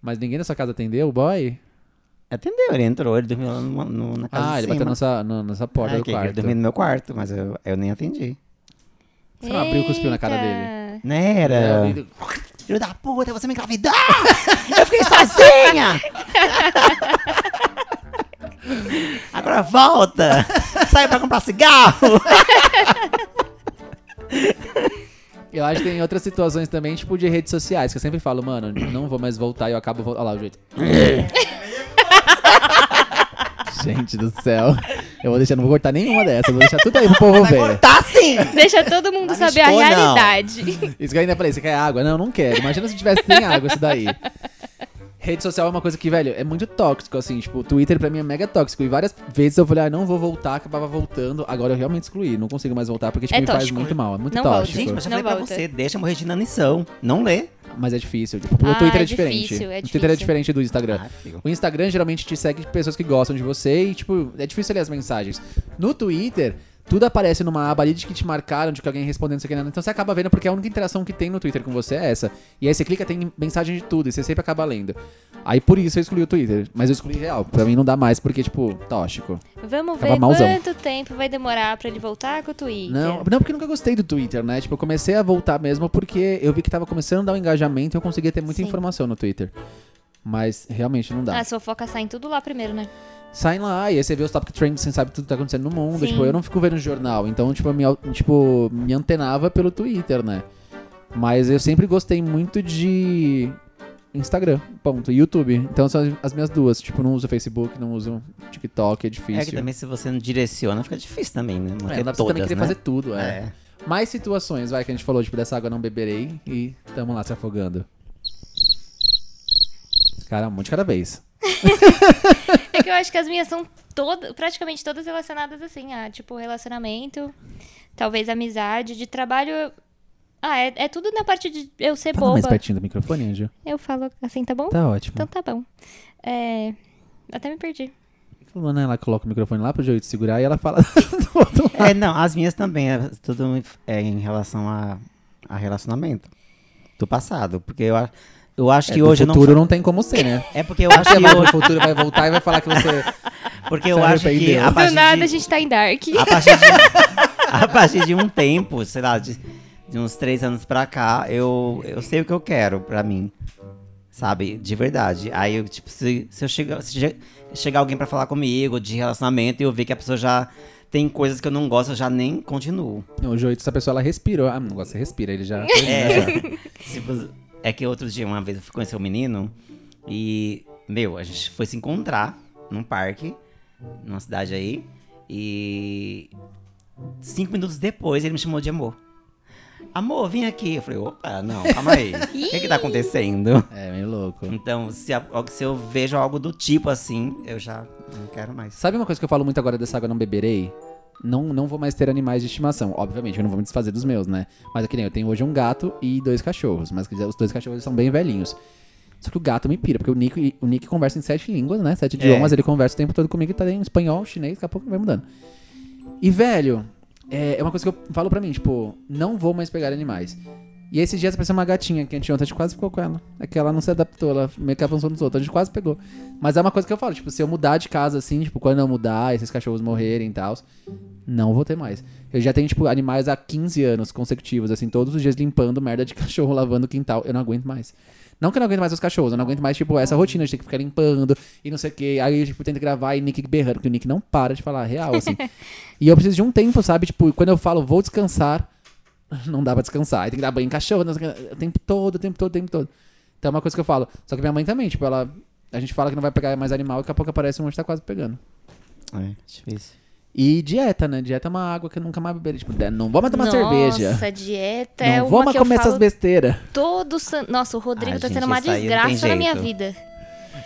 Speaker 1: Mas ninguém na sua casa atendeu o boy?
Speaker 2: Atendeu, ele entrou, ele dormiu lá no, no- na casa
Speaker 1: Ah,
Speaker 2: de
Speaker 1: ele
Speaker 2: cima.
Speaker 1: bateu na sua, na, na sua porta
Speaker 2: Ah,
Speaker 1: do
Speaker 2: que Ele
Speaker 1: quarto.
Speaker 2: dormiu no meu quarto, mas eu, eu nem atendi.
Speaker 1: Você não abriu e cuspiu na cara dele.
Speaker 3: Eita.
Speaker 2: Não Né, era.
Speaker 1: É,
Speaker 2: Filho da puta, você me engravidou! Eu fiquei sozinha! Agora volta! Sai pra comprar cigarro!
Speaker 1: Eu acho que tem outras situações também, tipo de redes sociais, que eu sempre falo, mano, não vou mais voltar e eu acabo voltando. Olha lá o jeito. Gente do céu. Eu vou deixar, não vou cortar nenhuma dessas. Vou deixar tudo aí pro povo
Speaker 2: Vai
Speaker 1: ver.
Speaker 2: cortar sim!
Speaker 3: Deixa todo mundo
Speaker 2: Não
Speaker 3: saber a
Speaker 2: estou, não.
Speaker 3: realidade.
Speaker 1: Isso que eu ainda falei, você quer água? Não, não quero. Imagina se tivesse sem água isso daí. Rede social é uma coisa que, velho, é muito tóxico, assim. Tipo, o Twitter pra mim é mega tóxico. E várias vezes eu falei, ah, não vou voltar, acabava voltando. Agora eu realmente excluí, não consigo mais voltar, porque, tipo,
Speaker 3: É
Speaker 1: me faz
Speaker 3: tóxico.
Speaker 1: muito mal. É muito
Speaker 3: Não volte.
Speaker 1: tóxico.
Speaker 2: Gente, mas eu
Speaker 3: Não
Speaker 2: falei pra
Speaker 3: volta.
Speaker 2: você, deixa morrer de inanição. Não lê.
Speaker 1: Mas é difícil. Tipo, o
Speaker 3: Ah,
Speaker 1: Twitter é,
Speaker 3: é
Speaker 1: diferente.
Speaker 3: difícil, é
Speaker 1: O Twitter é um
Speaker 3: difícil.
Speaker 1: diferente do Instagram.
Speaker 2: Ah, filho.
Speaker 1: O Instagram geralmente te segue pessoas que gostam de você e, tipo, é difícil ler as mensagens. No Twitter, tudo aparece numa aba ali de que te marcaram, de que alguém respondendo isso aqui. Então você acaba vendo porque a única interação que tem no Twitter com você é essa. E aí você clica, tem mensagem de tudo e você sempre acaba lendo. Aí por isso eu excluí o Twitter. Mas eu excluí real. Pra mim não dá mais porque, tipo, tóxico.
Speaker 3: Vamos
Speaker 1: Tava
Speaker 3: ver
Speaker 1: mauzão.
Speaker 3: quanto tempo vai demorar pra ele voltar com o Twitter.
Speaker 1: Não, não, porque eu nunca gostei do Twitter, né? Tipo, eu comecei a voltar mesmo porque eu vi que tava começando a dar um engajamento e eu conseguia ter muita
Speaker 3: Sim.
Speaker 1: informação no Twitter. Mas realmente não dá.
Speaker 3: Ah, sua foca sai em tudo lá primeiro, né?
Speaker 1: saem lá, e aí você vê os top trends, você sabe tudo que tá acontecendo no mundo.
Speaker 3: Sim.
Speaker 1: Tipo, eu não fico vendo jornal, então, tipo, eu me, au- tipo, me antenava pelo Twitter, né? Mas eu sempre gostei muito de Instagram, ponto, e YouTube. Então são as- as minhas duas. Tipo, não uso Facebook, não uso TikTok, é difícil.
Speaker 2: É que também se você não direciona, fica difícil também, né? Manter
Speaker 1: É, não dá pra você também
Speaker 2: todas,
Speaker 1: querer
Speaker 2: né?
Speaker 1: fazer tudo, é.
Speaker 2: É.
Speaker 1: Mais situações, vai, que a gente falou, tipo, dessa água eu não beberei e tamo lá se afogando. Cara, um monte de cada vez.
Speaker 3: É que eu acho que as minhas são todas, praticamente todas relacionadas assim, a tipo relacionamento, talvez amizade, de trabalho. eu- Ah, é, é tudo na parte de eu ser
Speaker 1: Fala mais
Speaker 3: É boba.
Speaker 1: pertinho do microfone, Anjo.
Speaker 3: Eu falo assim, tá bom?
Speaker 1: Tá ótimo.
Speaker 3: Então tá bom. É. Até me perdi.
Speaker 1: Falou, né? Ela coloca o microfone lá pro Joito segurar e ela fala do outro lado.
Speaker 2: É, não, as minhas também, é tudo é em relação a, a relacionamento do passado, porque eu, a- eu acho que
Speaker 1: É do
Speaker 2: hoje eu não...
Speaker 1: futuro não... tem como ser, né?
Speaker 2: É porque eu acho que
Speaker 1: Vai
Speaker 2: hoje,
Speaker 1: pro futuro, vai voltar e vai falar que você...
Speaker 2: porque
Speaker 1: Se
Speaker 2: eu acho que
Speaker 1: arrependeu.
Speaker 2: a
Speaker 1: Do
Speaker 2: partir
Speaker 3: Do nada a
Speaker 2: de,
Speaker 3: gente tá em Dark.
Speaker 1: Ah,
Speaker 2: a partir de- a partir de um tempo, sei lá, de, de uns três anos pra cá, eu, eu sei o que eu quero pra mim, sabe? De verdade. Aí, eu, tipo, se, se eu chegar, se che- chegar alguém pra falar comigo de relacionamento e eu ver que a pessoa já tem coisas que eu não gosto, eu já nem continuo.
Speaker 1: Não, o Joito, essa pessoa, ela respirou. Ah, não gosta, você respira, ele já...
Speaker 2: É, tipo, é que outro dia, uma vez, eu fui conhecer um menino e, meu, a gente foi se encontrar num parque, numa cidade aí, e cinco minutos depois ele me chamou de amor. Amor, vem aqui. Eu falei, opa, não, calma aí. O que que tá acontecendo?
Speaker 1: É, meio louco.
Speaker 2: Então, se, a- se eu vejo algo do tipo assim, eu já não quero mais.
Speaker 1: Sabe uma coisa que eu falo muito agora dessa água não beberei? Não, não vou mais ter animais de estimação. Obviamente, eu não vou me desfazer dos meus, né? Mas é que nem eu tenho hoje um gato e dois cachorros. Mas quer dizer, os dois cachorros são bem velhinhos. Só que o gato me pira, porque o Nick, o Nick conversa em sete línguas, né? Sete idiomas, ele conversa o tempo todo comigo e tá em espanhol, chinês, daqui a pouco vai mudando. E, velho, é, é uma coisa que eu falo pra mim, tipo, não vou mais pegar animais. E esses dias apareceu uma gatinha que anteontem a gente quase ficou com ela. É que ela não se adaptou, ela meio que avançou nos outros, a gente quase pegou. Mas é uma coisa que eu falo, tipo, se eu mudar de casa assim, tipo, quando eu mudar, esses cachorros morrerem e tal, não vou ter mais. Eu já tenho, tipo, animais há 15 anos consecutivos, assim, todos os dias limpando merda de cachorro, lavando o quintal. Eu não aguento mais. Não que eu não aguento mais os cachorros, eu não aguento mais, tipo, essa rotina de ter que ficar limpando e não sei o quê. Aí, tipo, tento gravar e Nick berrando, porque o Nick não para de falar real, assim. e eu preciso de um tempo, sabe? Tipo, quando eu falo, vou descansar, não dá pra descansar. Aí tem que dar banho em cachorro, não sei o quê, o tempo todo, o tempo todo, o tempo todo. Então é uma coisa que eu falo. Só que minha mãe também, tipo, ela. A gente fala que não vai pegar mais animal e daqui a pouco aparece um onde tá quase pegando.
Speaker 2: É, difícil.
Speaker 1: E dieta, né? Dieta é uma água que eu nunca mais beberei. Tipo, não vou mais tomar
Speaker 3: Nossa,
Speaker 1: cerveja.
Speaker 3: dieta é
Speaker 1: Não
Speaker 3: uma
Speaker 1: vou mais
Speaker 3: que eu
Speaker 1: comer
Speaker 3: falo
Speaker 1: essas besteiras.
Speaker 3: todo san... Nossa, o Rodrigo
Speaker 2: Ah,
Speaker 3: tá
Speaker 2: gente,
Speaker 3: sendo uma
Speaker 2: essa aí não tem
Speaker 3: desgraça na minha
Speaker 2: jeito.
Speaker 3: vida.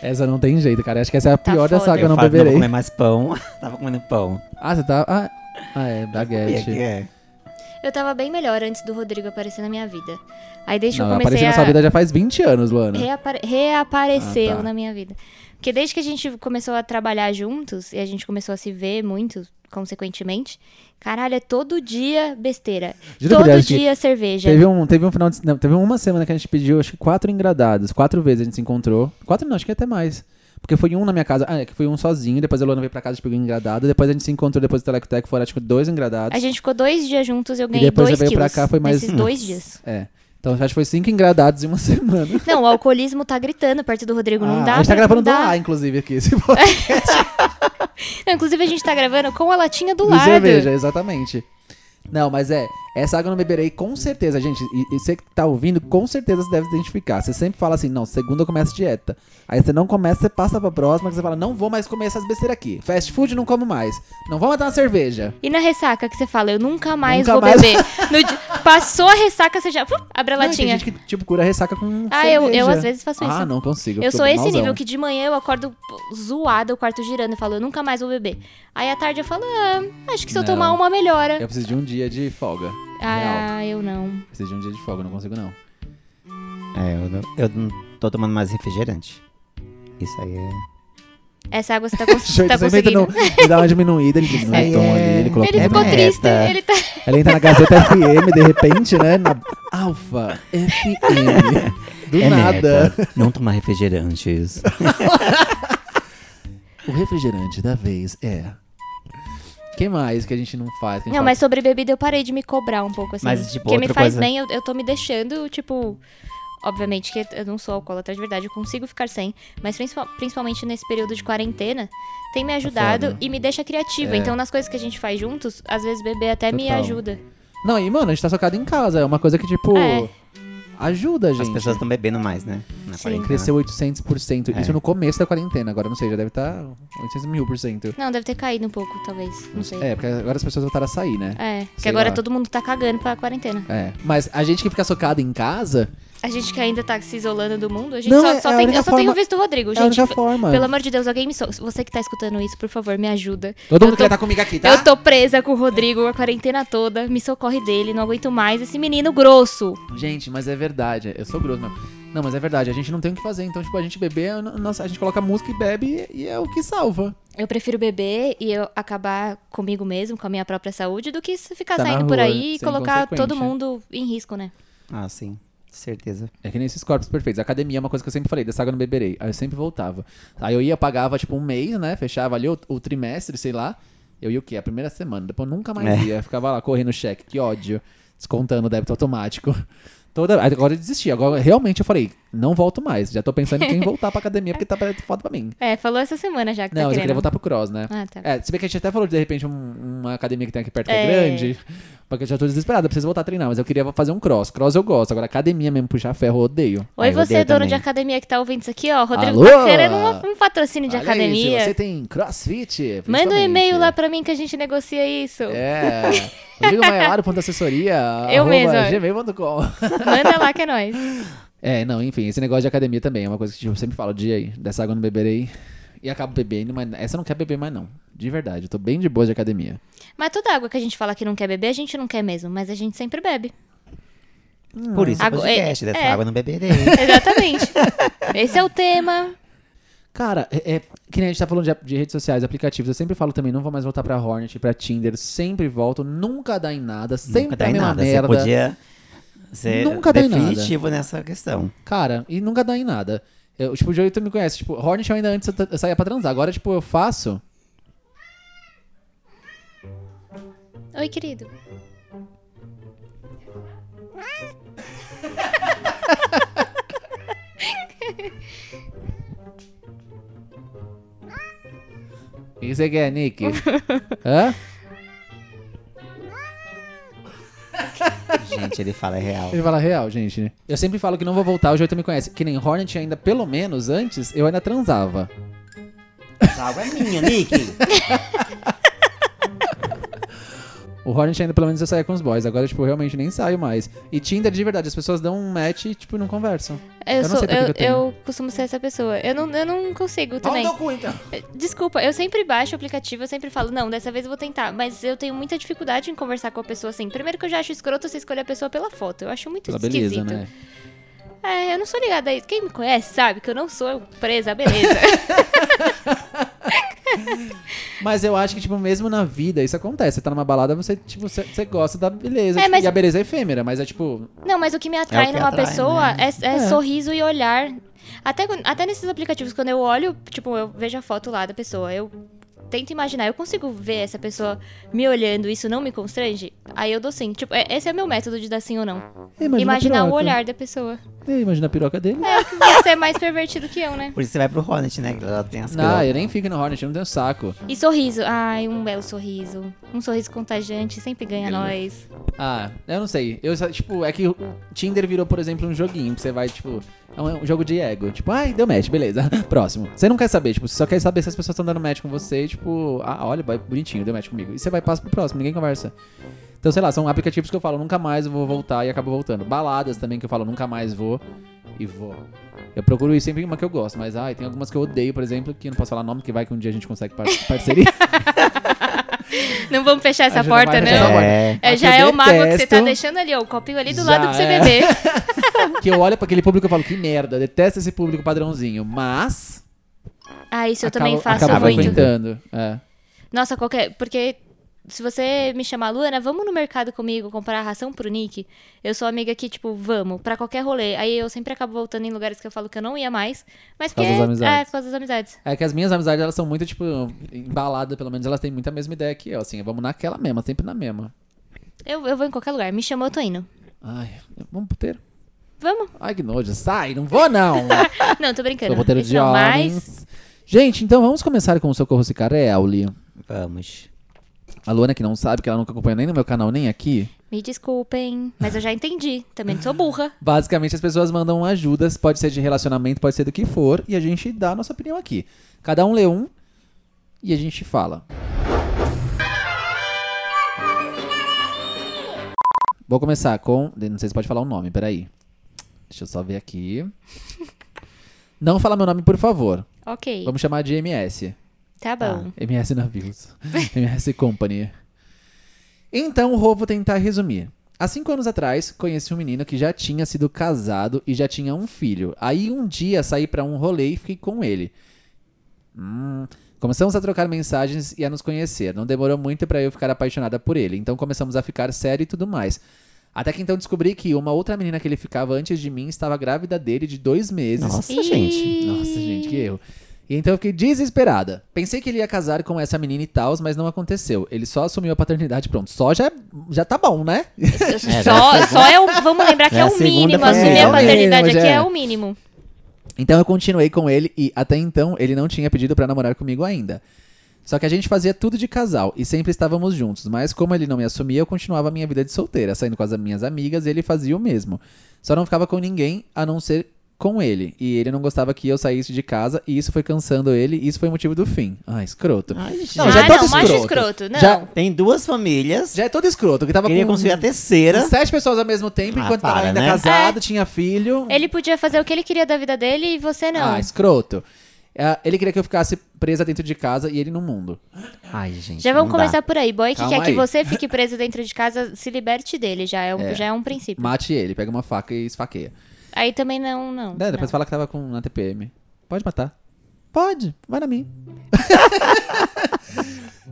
Speaker 1: Essa não tem jeito, cara. Acho que essa é a
Speaker 3: Tá
Speaker 1: pior dessa
Speaker 3: foda.
Speaker 1: água que
Speaker 2: Eu
Speaker 1: eu não
Speaker 2: falo que não vou
Speaker 1: beberei.
Speaker 2: comer mais pão. Tava comendo pão.
Speaker 1: Ah, você tá. Ah, ah, é,
Speaker 2: E é que
Speaker 1: baguete.
Speaker 2: é.
Speaker 3: Eu tava bem melhor antes do Rodrigo aparecer na minha vida. Aí desde que
Speaker 1: Não,
Speaker 3: eu
Speaker 1: apareceu
Speaker 3: comecei
Speaker 1: na
Speaker 3: a... É,
Speaker 1: sua vida já faz 20 anos, Luana.
Speaker 3: Reapare- reapareceu
Speaker 1: Ah, tá.
Speaker 3: na minha vida. Porque desde que a gente começou a trabalhar juntos e a gente começou a se ver muito, consequentemente, caralho, é todo dia besteira.
Speaker 1: Juro por
Speaker 3: todo
Speaker 1: Deus que
Speaker 3: dia cerveja.
Speaker 1: Teve um, teve um final de. Não, teve uma semana que a gente pediu, acho que quatro engradados. Quatro vezes a gente se encontrou. Quatro não, acho que até mais. Porque foi um na minha casa. Ah, é que foi um sozinho. Depois a Luana veio pra casa e pegou um engradado. Depois a gente se encontrou depois do Telectec. Foram, acho que dois engradados.
Speaker 3: A gente ficou dois dias juntos, eu
Speaker 1: e
Speaker 3: ganhei
Speaker 1: depois já
Speaker 3: dois
Speaker 1: veio pra
Speaker 3: quilos.
Speaker 1: cá, foi mais.
Speaker 3: Nesses dois dias.
Speaker 1: É. Então acho que foi cinco engradados em uma semana.
Speaker 3: Não, o alcoolismo tá gritando perto do Rodrigo. não
Speaker 1: Ah,
Speaker 3: dá
Speaker 1: a gente tá
Speaker 3: pra- É
Speaker 1: gravando do
Speaker 3: não dá.
Speaker 1: ar, inclusive, aqui. Se for de
Speaker 3: Não, inclusive, a gente tá gravando com a latinha do, lado.
Speaker 1: cerveja, exatamente. Não, mas é, essa água eu não beberei com certeza, gente. E, e você que tá ouvindo, com certeza você deve se identificar. Você sempre fala assim, não, segunda eu começo dieta. Aí você não começa, você passa pra próxima, que você fala, não vou mais comer essas besteiras aqui. Fast food não como mais. Não vou matar uma cerveja.
Speaker 3: E na ressaca que você fala, eu nunca mais
Speaker 1: Nunca
Speaker 3: vou
Speaker 1: mais.
Speaker 3: beber. No di- Passou a ressaca, você já. Pum, abre a
Speaker 1: Não, e tem
Speaker 3: latinha.
Speaker 1: gente que, tipo, cura ressaca com
Speaker 3: Ah, eu-
Speaker 1: cerveja.
Speaker 3: eu às vezes faço
Speaker 1: Ah,
Speaker 3: isso.
Speaker 1: não consigo.
Speaker 3: Eu,
Speaker 1: fico
Speaker 3: sou esse
Speaker 1: malzão.
Speaker 3: nível que de manhã eu acordo zoada, o quarto girando, eu falo, eu nunca mais vou beber. Aí à tarde eu falo, ah, acho que se eu
Speaker 1: Não.
Speaker 3: tomar uma melhora.
Speaker 1: Eu preciso de um dia de folga. Real.
Speaker 3: Ah, eu não.
Speaker 1: Preciso de um dia de folga, não consigo não.
Speaker 2: É, eu não, eu não tô tomando mais refrigerante. Isso aí é.
Speaker 3: Essa água você tá, cons-
Speaker 1: Você
Speaker 3: tá
Speaker 1: inventa
Speaker 3: conseguindo.
Speaker 1: não- de dar uma diminuída, ele diminui
Speaker 2: Aí
Speaker 1: o tom
Speaker 2: é-
Speaker 1: ali, ele coloca
Speaker 3: Ele
Speaker 1: um
Speaker 3: ficou
Speaker 1: tom.
Speaker 3: triste,
Speaker 2: Quieta.
Speaker 3: ele tá.
Speaker 1: Ela entra na Gazeta FM, de repente, né? Na Alfa FM. Do
Speaker 2: é
Speaker 1: nada.
Speaker 2: meta. Não tomar refrigerantes.
Speaker 1: O refrigerante da vez é. que mais que a gente não faz? Que a gente
Speaker 3: Não,
Speaker 1: fala-
Speaker 3: mas sobre bebida eu parei de me cobrar um pouco, assim.
Speaker 2: Mas, tipo,
Speaker 3: Porque me
Speaker 2: outra
Speaker 3: faz
Speaker 2: coisa-
Speaker 3: bem, eu, eu tô me deixando, tipo. Obviamente que eu não sou alcoólatra de verdade, eu consigo ficar sem. Mas principal- principalmente nesse período de quarentena, tem me ajudado
Speaker 1: Tá foda. né? É.
Speaker 3: e me deixa criativa. Então, nas coisas que a gente faz juntos, às vezes beber até me
Speaker 1: Total.
Speaker 3: ajuda.
Speaker 1: Não, e mano, a gente tá socado em casa. É uma coisa que, tipo.
Speaker 3: É.
Speaker 1: Ajuda, gente.
Speaker 2: As pessoas estão bebendo mais, né? Na
Speaker 3: Sim.
Speaker 2: quarentena.
Speaker 1: Cresceu 800%.
Speaker 2: É.
Speaker 1: Isso no começo da quarentena. Agora, não sei, já deve estar 800 mil por cento.
Speaker 3: Não, deve ter caído um pouco, talvez. Não sei.
Speaker 1: É, porque agora as pessoas voltaram a sair, né?
Speaker 3: É, porque
Speaker 1: Sei
Speaker 3: agora
Speaker 1: lá.
Speaker 3: todo mundo tá cagando pra quarentena.
Speaker 1: É. Mas a gente que fica socado em casa.
Speaker 3: A gente que ainda tá se isolando do mundo, a gente
Speaker 1: Não,
Speaker 3: só,
Speaker 1: é-
Speaker 3: só
Speaker 1: é a
Speaker 3: tem.
Speaker 1: única
Speaker 3: Eu só tenho
Speaker 1: forma-
Speaker 3: visto o Rodrigo,
Speaker 1: é a
Speaker 3: gente.
Speaker 1: única forma.
Speaker 3: Pelo amor de Deus, alguém me. So... Você que tá escutando isso, por favor, me ajuda.
Speaker 1: Todo mundo
Speaker 3: eu
Speaker 1: que
Speaker 3: tô-
Speaker 1: tá comigo aqui, tá?
Speaker 3: Eu tô presa com o Rodrigo a quarentena toda. Me socorre dele, não aguento mais esse menino grosso.
Speaker 1: Gente, mas é verdade. Eu sou grosso mesmo. Não, mas é verdade. A gente não tem o que fazer. Então, tipo, a gente beber, a nossa, a gente coloca música e bebe e é o que salva.
Speaker 3: Eu prefiro beber e eu acabar comigo mesmo, com a minha própria saúde, do que se ficar
Speaker 1: Tá na
Speaker 3: saindo por
Speaker 1: rua,
Speaker 3: aí e
Speaker 1: sem
Speaker 3: colocar
Speaker 1: consequência.
Speaker 3: todo mundo em risco, né?
Speaker 2: Ah, sim. Certeza.
Speaker 1: É que nem esses corpos perfeitos. A academia é uma coisa que eu sempre falei, dessa água eu não beberei. Aí eu sempre voltava. Aí eu ia, pagava tipo um mês, né? Fechava ali o, o trimestre, sei lá. Eu ia o quê? A primeira semana. Depois eu nunca mais
Speaker 2: É.
Speaker 1: ia. Ficava lá correndo o cheque. Que ódio. Descontando o débito automático. Toda... aí Agora eu desisti. Agora realmente eu falei, não volto mais. Já tô pensando em quem voltar pra academia porque tá foda pra mim.
Speaker 3: É, falou essa semana já que
Speaker 1: Não, mas
Speaker 3: tá
Speaker 1: eu
Speaker 3: querendo.
Speaker 1: queria voltar pro cross, né?
Speaker 3: Ah, tá.
Speaker 1: É, se bem que a gente até falou de, de repente, um- uma academia que tem aqui perto que é,
Speaker 3: É.
Speaker 1: grande. Porque eu já tô desesperado, eu preciso voltar a treinar. Mas eu queria fazer um cross. Cross eu gosto. Agora, academia mesmo, puxar ferro, Ah, eu odeio.
Speaker 3: Oi,
Speaker 2: Aí,
Speaker 3: você,
Speaker 2: Ah, odeio
Speaker 3: dono
Speaker 2: também.
Speaker 3: de academia que tá ouvindo isso aqui, ó. Rodrigo
Speaker 1: Alô?
Speaker 3: tá querendo um, um patrocínio de
Speaker 1: Olha aí,
Speaker 3: academia.
Speaker 1: se você tem crossfit,
Speaker 3: Manda um
Speaker 1: principalmente.
Speaker 3: e-mail lá pra mim que a gente negocia isso.
Speaker 1: É. Rodrigo Maiaro, ponto assessoria,
Speaker 3: Eu
Speaker 1: arroba
Speaker 3: mesma.
Speaker 1: gmail.com.
Speaker 3: Manda lá que é nóis.
Speaker 1: É, não, enfim, esse negócio de academia também é uma coisa que tipo, eu sempre falo, dia aí, dessa água eu não beberei. E acabo bebendo, mas essa eu não quer beber mais não. De verdade, eu tô bem de boa de academia.
Speaker 3: Mas toda água que a gente fala que não quer beber, a gente não quer mesmo. Mas a gente sempre bebe.
Speaker 1: Ah.
Speaker 2: Por isso,
Speaker 3: Agu-
Speaker 2: Agu podcast.
Speaker 3: é-
Speaker 2: Dessa
Speaker 3: é.
Speaker 2: água eu não beberei.
Speaker 3: Exatamente. Esse é o tema.
Speaker 1: Cara, é, é- que nem a gente tá falando de, de redes sociais, aplicativos, eu sempre falo também, não vou mais voltar pra Hornet, pra Tinder, sempre volto, nunca dá em nada, sempre
Speaker 2: Nunca
Speaker 1: dá
Speaker 2: dá em
Speaker 1: a mesma
Speaker 2: nada.
Speaker 1: merda.
Speaker 2: Você podia ser
Speaker 1: Nunca dá em nada.
Speaker 2: definitivo nessa questão.
Speaker 1: Cara, e nunca dá em nada. Eu, tipo, o Joelito me conhece. Tipo, Hornet eu ainda antes eu, t- eu saía pra transar. Agora, tipo, eu faço.
Speaker 3: Oi, querido.
Speaker 1: O que você quer, Nick? Hã?
Speaker 2: Gente, ele fala é real.
Speaker 1: Ele fala real, gente. Eu sempre falo que não vou voltar, o Joelito me conhece. Que nem Hornet ainda, pelo menos antes, eu ainda transava.
Speaker 2: Essa água é minha, Nick.
Speaker 1: O Hornet ainda, pelo menos, eu saía com os boys. Agora, tipo, eu realmente nem saio mais. E Tinder, de verdade, as pessoas dão um match e, tipo, não conversam.
Speaker 3: Eu,
Speaker 1: Eu não
Speaker 3: sou,
Speaker 1: sei por que
Speaker 3: eu,
Speaker 1: que eu tenho.
Speaker 3: eu costumo ser essa pessoa. Eu não, eu não consigo também.
Speaker 1: cu, então.
Speaker 3: Desculpa, eu sempre baixo o aplicativo, eu sempre falo, não, dessa vez eu vou tentar. Mas eu tenho muita dificuldade em conversar com a pessoa assim. Primeiro que eu já acho escroto você escolher a pessoa pela foto. Eu acho muito
Speaker 1: Pela
Speaker 3: esquisito.
Speaker 1: beleza, né?
Speaker 3: É, eu não sou ligada a isso. Quem me conhece sabe que eu não sou presa, à beleza.
Speaker 1: Mas eu acho que, tipo, mesmo na vida, isso acontece. Você tá numa balada, você, tipo, você, você gosta da beleza.
Speaker 3: É,
Speaker 1: tipo,
Speaker 3: mas-
Speaker 1: E a beleza é efêmera, mas é, tipo,
Speaker 3: não, mas o que me atrai
Speaker 2: que
Speaker 3: numa
Speaker 2: atrai,
Speaker 3: pessoa
Speaker 2: né?
Speaker 3: é, é
Speaker 1: É.
Speaker 3: sorriso e olhar. Até, quando- até nesses aplicativos, quando eu olho, tipo, eu vejo a foto lá da pessoa, eu tento imaginar, eu consigo ver essa pessoa me olhando, isso não me constrange? Aí eu dou sim. Tipo, é- esse é meu método de dar sim ou não.
Speaker 1: É, imagina
Speaker 3: imaginar o
Speaker 1: piroca.
Speaker 3: olhar da pessoa.
Speaker 1: dele, imagina a piroca dele.
Speaker 3: Você é mais pervertido que eu, né?
Speaker 2: Por isso você vai pro Hornet, né? que Ela tem as
Speaker 1: Não,
Speaker 2: pirocas.
Speaker 1: eu nem fico no Hornet, eu não tenho saco.
Speaker 3: E sorriso. Ai, um belo sorriso. Um sorriso contagiante, sempre ganha nós.
Speaker 1: Ah, eu não sei. Eu, só- tipo, é que o Tinder virou, por exemplo, um joguinho que você vai, tipo, é um, é um jogo de ego. Tipo, ai, deu match, beleza. Próximo. Você não quer saber, tipo, você só quer saber se as pessoas estão dando match com você, e, tipo, ah, olha, vai bonitinho, deu match comigo. E você vai passa pro próximo, ninguém conversa. Então, sei lá, são aplicativos que eu falo, nunca mais eu vou voltar e acabo voltando. Baladas também que eu falo, nunca mais vou e vou. Eu procuro ir sempre em uma que eu gosto, mas ai, tem algumas que eu odeio, por exemplo, que eu não posso falar nome, que vai que um dia a gente consegue par parceria.
Speaker 3: Não vamos fechar essa
Speaker 1: Ajuda
Speaker 3: porta,
Speaker 1: mais a fechar
Speaker 3: não.
Speaker 1: a
Speaker 2: É.
Speaker 3: É,
Speaker 1: Aqui
Speaker 3: já
Speaker 1: eu
Speaker 3: é o mago que você tá
Speaker 1: detesto.
Speaker 3: deixando ali, ó. O copinho ali
Speaker 1: Já
Speaker 3: do lado pra você
Speaker 1: é.
Speaker 3: beber.
Speaker 1: que eu olho pra aquele público e falo, que merda, detesto esse público padrãozinho, mas
Speaker 3: Ah, isso eu
Speaker 1: acaba-
Speaker 3: também faço
Speaker 1: acaba
Speaker 3: muito.
Speaker 1: frequentando. É.
Speaker 3: Nossa, qualquer. Porque se você me chamar, Luana, vamos no mercado comigo comprar ração pro Nick. Eu sou amiga que, tipo, vamos, pra qualquer rolê. Aí eu sempre acabo voltando em lugares que eu falo que eu não ia mais. Mas
Speaker 1: Por
Speaker 3: porque.
Speaker 1: causa das amizades.
Speaker 3: É, por causa das amizades.
Speaker 1: É que as minhas amizades, elas são muito, tipo, embaladas, pelo menos elas têm muita mesma ideia que eu, assim, vamos naquela mesma, sempre na mesma.
Speaker 3: Eu, eu vou em qualquer lugar. Me chamou, eu tô indo.
Speaker 1: Ai, vamos pro puteiro.
Speaker 3: Vamos?
Speaker 1: Ai, que nojo, sai, não vou não.
Speaker 3: Não, tô brincando.
Speaker 1: Sou roteiro
Speaker 3: Isso
Speaker 1: de
Speaker 3: não, mas-
Speaker 1: homens. Gente, então vamos começar com o Socorro Cicarelli.
Speaker 2: Vamos.
Speaker 1: A Luana que não sabe, que ela nunca acompanha nem no meu canal, nem aqui.
Speaker 3: Me desculpem, mas eu já entendi. Também não sou burra.
Speaker 1: Basicamente, as pessoas mandam ajudas, pode ser de relacionamento, pode ser do que for, e a gente dá a nossa opinião aqui. Cada um lê um e a gente fala. Vou começar com. Não sei se pode falar o nome, peraí. Deixa eu só ver aqui. Não fala meu nome, por favor.
Speaker 3: Ok,
Speaker 1: Vamos chamar de MS.
Speaker 3: tá bom.
Speaker 1: Ah, MS Navios. MS Company. Então, o Rô, vou tentar resumir. Há cinco anos atrás, conheci um menino que já tinha sido casado e já tinha um filho. Aí, um dia, saí pra um rolê e fiquei com ele. Hum, Começamos a trocar mensagens e a nos conhecer. Não demorou muito pra eu ficar apaixonada por ele. Então, começamos a ficar sério e tudo mais. Até que então descobri que uma outra menina que ele ficava antes de mim estava grávida dele de dois meses.
Speaker 2: Nossa, gente.
Speaker 1: Nossa, é gente, que erro. E então eu fiquei desesperada. Pensei que ele ia casar com essa menina e tal, mas não aconteceu. Ele só assumiu a paternidade, pronto. Só já, já tá bom, né?
Speaker 2: É,
Speaker 3: Só, só é o. Vamos lembrar que
Speaker 2: É
Speaker 3: é
Speaker 2: a
Speaker 3: o
Speaker 2: segunda
Speaker 3: mínimo.
Speaker 2: família.
Speaker 3: Assumir
Speaker 1: É
Speaker 3: a
Speaker 1: o mínimo,
Speaker 3: paternidade
Speaker 1: já
Speaker 3: aqui
Speaker 1: é.
Speaker 3: é o mínimo.
Speaker 1: Então eu continuei com ele e até então ele não tinha pedido pra namorar comigo ainda. Só que a gente fazia tudo de casal e sempre estávamos juntos, mas como ele não me assumia, eu continuava a minha vida de solteira, saindo com as minhas amigas e ele fazia o mesmo. Só não ficava com ninguém a não ser com ele, e ele não gostava que eu saísse de casa e isso foi cansando ele, e isso foi motivo do fim. Ah, escroto.
Speaker 2: Ai, gente.
Speaker 1: Não, já é
Speaker 3: ah,
Speaker 1: todo
Speaker 3: não, macho
Speaker 1: escroto.
Speaker 3: escroto. Não.
Speaker 1: Já-
Speaker 2: Tem duas famílias.
Speaker 1: Já é todo escroto, que tava
Speaker 2: Queria
Speaker 1: com
Speaker 2: construir a terceira.
Speaker 1: sete pessoas ao mesmo tempo,
Speaker 2: Ah,
Speaker 1: enquanto tava
Speaker 2: para,
Speaker 1: ainda
Speaker 2: né?
Speaker 1: casado, tinha filho.
Speaker 3: É. Ele podia fazer o que ele queria da vida dele e você não.
Speaker 1: Uhum. Ah, escroto. É, Ele queria que eu ficasse presa dentro de casa e ele no mundo.
Speaker 2: Ai, gente.
Speaker 3: já vamos
Speaker 2: não dá.
Speaker 3: começar por aí. Boy que
Speaker 1: Calma
Speaker 3: quer que
Speaker 1: aí.
Speaker 3: você fique preso dentro de casa, se liberte dele. Já é um, Já é um princípio.
Speaker 1: Mate ele, pega uma faca e esfaqueia.
Speaker 3: Aí também não, não.
Speaker 1: Daí depois
Speaker 3: não.
Speaker 1: fala que tava com na TPM. Pode matar. Pode, vai na minha.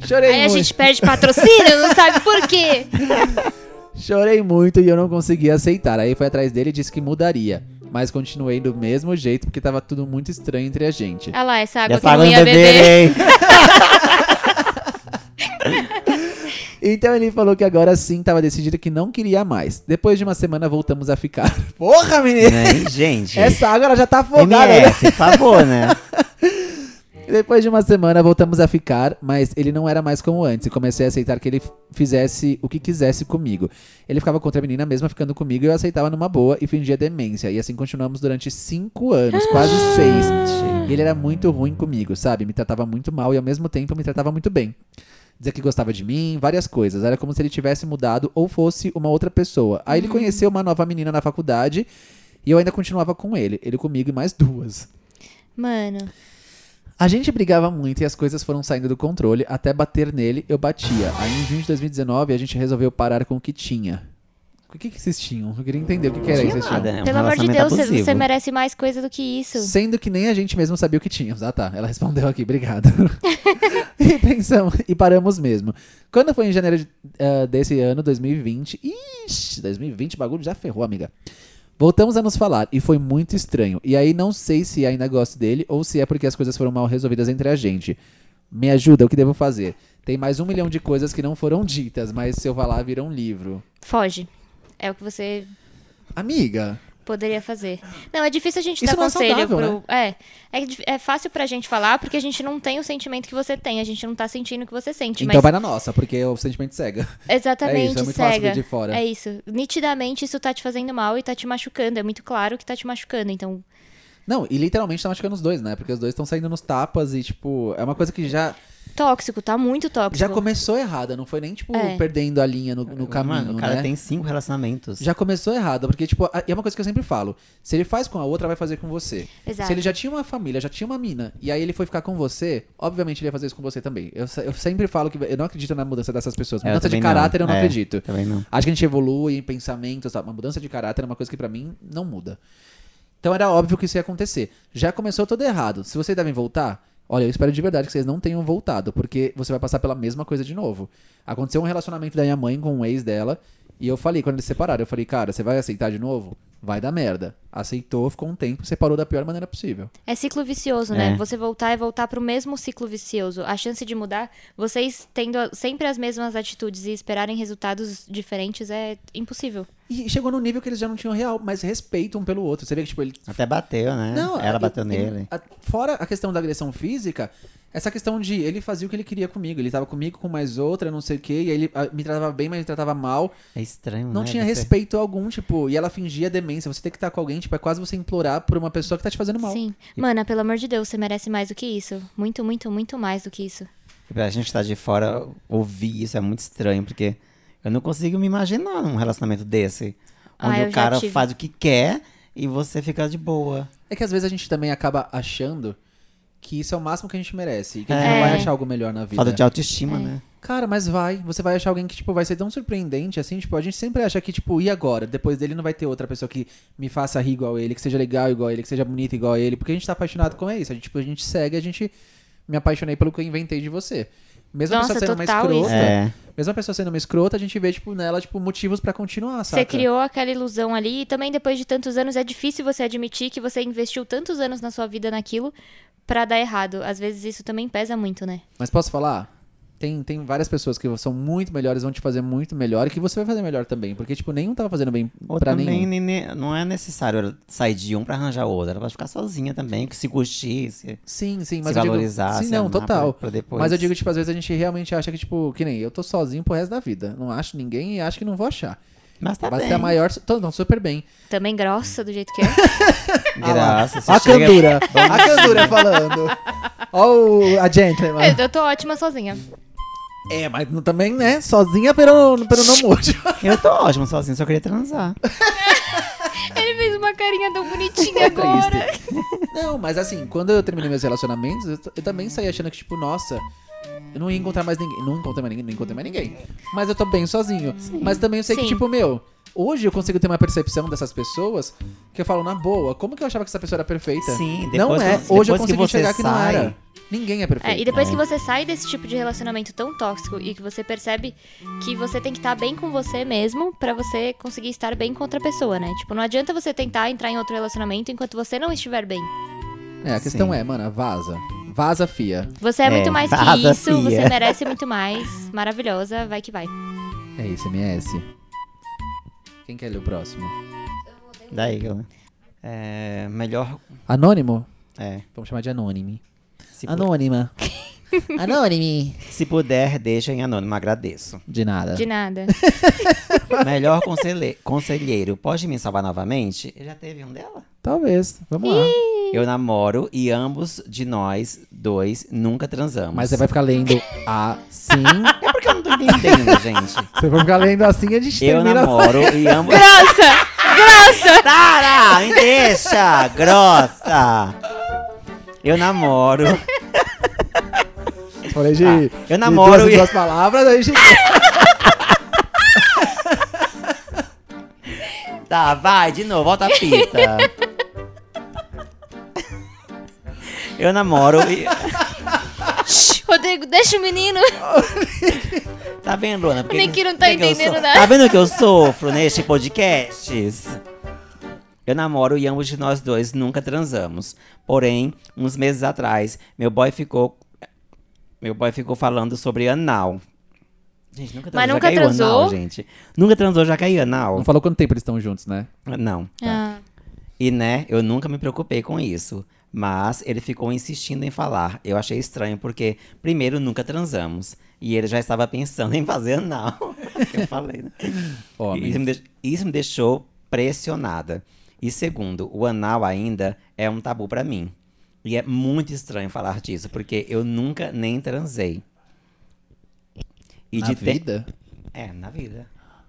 Speaker 1: Chorei
Speaker 3: Aí a
Speaker 1: muito.
Speaker 3: gente perde patrocínio, não sabe por quê.
Speaker 1: Chorei muito e eu não consegui aceitar. Aí foi atrás dele e disse que mudaria. Mas continuei do mesmo jeito porque tava tudo muito estranho entre a gente.
Speaker 3: Olha lá, essa água
Speaker 2: Já
Speaker 3: que eu não
Speaker 2: falando
Speaker 3: ia beber.
Speaker 2: beber, hein?
Speaker 1: Então ele falou que agora sim tava decidido que não queria mais. Depois de uma semana voltamos a ficar. Porra, menina!
Speaker 2: Né, Gente.
Speaker 1: Essa água ela já tá afogada. né?
Speaker 2: MS, por favor, né?
Speaker 1: Depois de uma semana voltamos a ficar, mas ele não era mais como antes. E comecei a aceitar que ele f- fizesse o que quisesse comigo. Ele ficava contra a menina mesma ficando comigo e eu aceitava numa boa e fingia demência. E assim continuamos durante cinco anos, quase seis. E ele era muito ruim comigo, sabe? Me tratava muito mal e ao mesmo tempo me tratava muito bem. Dizia que gostava de mim, várias coisas. Era como se ele tivesse mudado ou fosse uma outra pessoa. Aí ele conheceu uma nova menina na faculdade e eu ainda continuava com ele. Ele comigo e mais duas.
Speaker 3: Mano,
Speaker 1: A gente brigava muito e as coisas foram saindo do controle, até bater nele, eu batia. Aí em junho de 2019 a gente resolveu parar com o que tinha. O que, que vocês tinham? Eu queria entender o que, que era
Speaker 2: Não
Speaker 1: isso. que
Speaker 2: tinha
Speaker 1: vocês
Speaker 2: nada,
Speaker 1: tinham.
Speaker 2: né? Um
Speaker 3: pelo amor de
Speaker 2: relacionamento
Speaker 3: Deus, você-
Speaker 2: abusivo.
Speaker 3: você merece mais coisa do que isso.
Speaker 1: Sendo que nem a gente mesmo sabia o que tínhamos. Ah, tá. Ela respondeu aqui, obrigado. e pensamos, e paramos mesmo. Quando foi em janeiro de- ah, desse ano, 2020. Ixi, 2020, o bagulho já ferrou, amiga. Voltamos a nos falar e foi muito estranho. E aí não sei se ainda gosto dele ou se é porque as coisas foram mal resolvidas entre a gente. Me ajuda, o que devo fazer? Tem mais um milhão de coisas que não foram ditas, mas se eu falar, vira um livro.
Speaker 3: Foge. É o que você.
Speaker 1: Amiga,
Speaker 3: Poderia fazer. Não, é difícil a gente
Speaker 1: Isso
Speaker 3: dar
Speaker 1: não é
Speaker 3: conselho
Speaker 1: saudável,
Speaker 3: pro. É, é. dif- É fácil pra gente falar porque a gente não tem o sentimento que você tem. A gente não tá sentindo o que você sente.
Speaker 1: Então
Speaker 3: mas
Speaker 1: vai na nossa, porque o sentimento cega.
Speaker 3: exatamente,
Speaker 1: é isso, é muito fácil
Speaker 3: cega.
Speaker 1: ver de fora.
Speaker 3: É isso. Nitidamente isso tá te fazendo mal e tá te machucando. É muito claro que tá te machucando. Então,
Speaker 1: Não, e literalmente tá machucando os dois, né? Porque os dois estão saindo nos tapas e, tipo, é uma coisa que já,
Speaker 3: tóxico, tá muito tóxico.
Speaker 1: já começou errada. Não foi nem, tipo,
Speaker 3: É.
Speaker 1: perdendo a linha no, no
Speaker 3: um
Speaker 1: caminho,
Speaker 2: Mano, o cara
Speaker 1: né?
Speaker 2: tem cinco relacionamentos.
Speaker 1: Já começou errado, porque, tipo, a- e é uma coisa que eu sempre falo. Se ele faz com a outra, vai fazer com você.
Speaker 3: Exato.
Speaker 1: Se ele já tinha uma família, já tinha uma mina, e aí ele foi ficar com você, obviamente ele ia fazer isso com você também. Eu, se- eu sempre falo que eu não acredito na mudança dessas pessoas.
Speaker 2: É, eu
Speaker 1: Mudança de
Speaker 2: também não.
Speaker 1: caráter eu não
Speaker 2: É,
Speaker 1: acredito.
Speaker 2: Também não.
Speaker 1: Acho que a gente evolui em pensamentos, tá? uma mudança de caráter é uma coisa que pra mim não muda. Então era óbvio que isso ia acontecer. Já começou todo errado. Se vocês devem voltar, olha, eu espero de verdade que vocês não tenham voltado, porque você vai passar pela mesma coisa de novo. Aconteceu um relacionamento da minha mãe com um ex dela, e eu falei, quando eles se separaram, eu falei, cara, você vai aceitar de novo? Vai dar merda. Aceitou, ficou um tempo, separou da pior maneira possível.
Speaker 3: É ciclo vicioso, né?
Speaker 2: É.
Speaker 3: Você voltar e voltar pro mesmo ciclo vicioso. A chance de mudar, vocês tendo a- sempre as mesmas atitudes e esperarem resultados diferentes é impossível.
Speaker 1: E chegou no nível que eles já não tinham real, mas respeito um pelo outro. Você vê que, tipo, ele
Speaker 2: Até bateu, né?
Speaker 1: Não,
Speaker 2: Ela
Speaker 1: e-
Speaker 2: bateu
Speaker 1: e-
Speaker 2: nele.
Speaker 1: a- fora a questão da agressão física, essa questão de ele fazia o que ele queria comigo. Ele tava comigo com mais outra, não sei o quê, e aí ele ah, me tratava bem, mas me tratava mal.
Speaker 2: É estranho,
Speaker 1: Não
Speaker 2: né?
Speaker 1: tinha
Speaker 2: Você-
Speaker 1: respeito algum, tipo, e ela fingia demência. Você tem que estar com alguém, tipo, é quase você implorar por uma pessoa que tá te fazendo mal.
Speaker 3: Sim. Mana, pelo amor de Deus, você merece mais do que isso. Muito, muito, muito mais do que isso.
Speaker 2: Pra gente que tá de fora, ouvir isso é muito estranho, porque eu não consigo me imaginar num relacionamento desse.
Speaker 3: Ah,
Speaker 2: Onde
Speaker 3: eu
Speaker 2: o
Speaker 3: já
Speaker 2: cara
Speaker 3: tive.
Speaker 2: faz o que quer e você fica de boa.
Speaker 1: É que às vezes a gente também acaba achando que isso é o máximo que a gente merece, que a gente
Speaker 2: É.
Speaker 1: não vai achar algo melhor na vida.
Speaker 2: Falta de
Speaker 3: É.
Speaker 2: autoestima, né?
Speaker 1: Cara, mas vai. Você vai achar alguém que, tipo, vai ser tão surpreendente, assim, tipo, a gente sempre acha que, tipo, e agora? Depois dele não vai ter outra pessoa que me faça rir igual ele, que seja legal igual ele, que seja bonita igual ele, porque a gente tá apaixonado com isso. A gente, tipo, a gente segue, a gente me apaixonei pelo que eu inventei de você. Mesmo a
Speaker 3: Nossa,
Speaker 1: pessoa sendo uma
Speaker 3: total isso.
Speaker 1: escrota,
Speaker 2: É.
Speaker 1: mesmo a pessoa sendo uma escrota, a gente vê, tipo, nela, tipo, motivos pra continuar, sabe?
Speaker 3: Você criou aquela ilusão ali e também depois de tantos anos é difícil você admitir que você investiu tantos anos na sua vida naquilo pra dar errado. Às vezes isso também pesa muito, né?
Speaker 1: Mas posso falar? Tem, tem várias pessoas que são muito melhores, vão te fazer muito melhor, e que você vai fazer melhor também. Porque, tipo, nenhum tava fazendo bem
Speaker 2: Ou
Speaker 1: pra
Speaker 2: também
Speaker 1: nenhum.
Speaker 2: nem- nem- não é necessário ela sair de um pra arranjar outro. Ela pode ficar sozinha também, que se curtir, se,
Speaker 1: Sim, sim,
Speaker 2: se
Speaker 1: mas eu digo-
Speaker 2: valorizar.
Speaker 1: Sim,
Speaker 2: se
Speaker 1: não,
Speaker 2: amar pra-
Speaker 1: total.
Speaker 2: pra depois.
Speaker 1: Mas eu digo, tipo, às vezes a gente realmente acha que, tipo, que nem eu tô sozinho pro resto da vida. Não acho ninguém e acho que não vou achar.
Speaker 2: Mas tá
Speaker 1: Vai
Speaker 2: bem.
Speaker 1: ser a maior. Tô, não, super bem.
Speaker 3: Também grossa do jeito que é.
Speaker 2: Graça,
Speaker 1: Ó a
Speaker 2: chega-
Speaker 1: candura. a candura falando. Ó o, a gentleman.
Speaker 3: Eu- Eu tô ótima sozinha.
Speaker 1: É, mas não- também, né? Sozinha pelo, pelo não morte.
Speaker 2: Eu tô ótimo sozinho, só queria transar.
Speaker 3: Ele fez uma carinha tão bonitinha
Speaker 1: É
Speaker 3: agora.
Speaker 1: Não, mas assim, quando eu terminei meus relacionamentos, eu, t- eu também saí achando que, tipo, nossa, eu não ia encontrar mais ninguém. Não encontrei mais ninguém, não encontrei mais ninguém. Mas eu tô bem sozinho. Mas também eu sei que,
Speaker 3: Sim.
Speaker 1: tipo, meu, hoje eu consigo ter uma percepção dessas pessoas que eu falo, na boa, como que eu achava que essa pessoa era perfeita?
Speaker 2: Sim,
Speaker 1: não
Speaker 2: depois
Speaker 1: é.
Speaker 2: que-
Speaker 1: hoje eu
Speaker 2: depois
Speaker 1: consegui
Speaker 2: que você
Speaker 1: enxergar que não
Speaker 2: sai-
Speaker 1: era. Ninguém é perfeito.
Speaker 3: É, e depois que você sai desse tipo de relacionamento tão tóxico e que você percebe que você tem que estar bem com você mesmo pra você conseguir estar bem com outra pessoa, né? Tipo, não adianta você tentar entrar em outro relacionamento enquanto você não estiver bem.
Speaker 1: É, a questão
Speaker 2: Sim.
Speaker 1: é, mano, vaza. Vaza, fia.
Speaker 3: Você é,
Speaker 2: É,
Speaker 3: muito mais que
Speaker 2: vaza,
Speaker 3: isso, você
Speaker 2: fia.
Speaker 3: merece muito mais. Maravilhosa, vai que vai.
Speaker 1: É isso, MS. Quem quer ler o próximo?
Speaker 2: Daí, galera. É, melhor.
Speaker 1: Anônimo?
Speaker 2: É.
Speaker 1: Vamos chamar de anônime.
Speaker 2: Se, pu-
Speaker 1: Anônima. anônime.
Speaker 2: se puder, deixa em anônimo, agradeço.
Speaker 1: De nada.
Speaker 3: De nada.
Speaker 2: Melhor consele- conselheiro, pode me salvar novamente? Já teve um dela?
Speaker 1: Talvez. Vamos lá.
Speaker 2: Eu namoro e ambos de nós dois nunca transamos.
Speaker 1: Mas é você vai ficar lendo assim.
Speaker 2: É porque eu não tô entendendo, gente.
Speaker 1: você vai ficar lendo assim a gente
Speaker 2: Eu
Speaker 1: termina.
Speaker 2: namoro e ambos.
Speaker 3: Grossa!
Speaker 2: Tara, me deixa! Grossa! Eu namoro.
Speaker 1: Falei de.
Speaker 2: eu
Speaker 1: de
Speaker 2: namoro
Speaker 1: duas,
Speaker 2: e-
Speaker 1: duas palavras, aí a gente.
Speaker 2: Tá, vai, de novo, volta a fita. Eu namoro e.
Speaker 3: Shh, Rodrigo, deixa o menino.
Speaker 2: Tá vendo, Luana? Porque
Speaker 3: O Nick não tá
Speaker 2: porque eu
Speaker 3: entendendo
Speaker 2: sou-
Speaker 3: nada.
Speaker 2: Tá vendo que eu sofro neste podcast? Eu namoro e ambos de nós dois nunca transamos. Porém, uns meses atrás, meu boy ficou. Meu boy ficou falando sobre anal. Gente, nunca transou.
Speaker 3: Mas
Speaker 2: já
Speaker 3: nunca
Speaker 2: caiu
Speaker 3: transou?
Speaker 2: anal, gente. Nunca transou, já caiu anal?
Speaker 1: Não falou quanto tempo eles estão juntos, né?
Speaker 2: Não.
Speaker 3: Ah,
Speaker 2: E né, eu nunca me preocupei com isso. Mas ele ficou insistindo em falar. Eu achei estranho porque, primeiro, nunca transamos. E ele já estava pensando em fazer anal. eu falei, né?
Speaker 1: Homens.
Speaker 2: Isso me, deix- isso me deixou pressionada. E segundo, o anal ainda é um tabu pra mim. E é muito estranho falar disso, porque eu nunca nem transei. E
Speaker 1: Na
Speaker 2: de te-
Speaker 1: vida?
Speaker 2: É, na vida.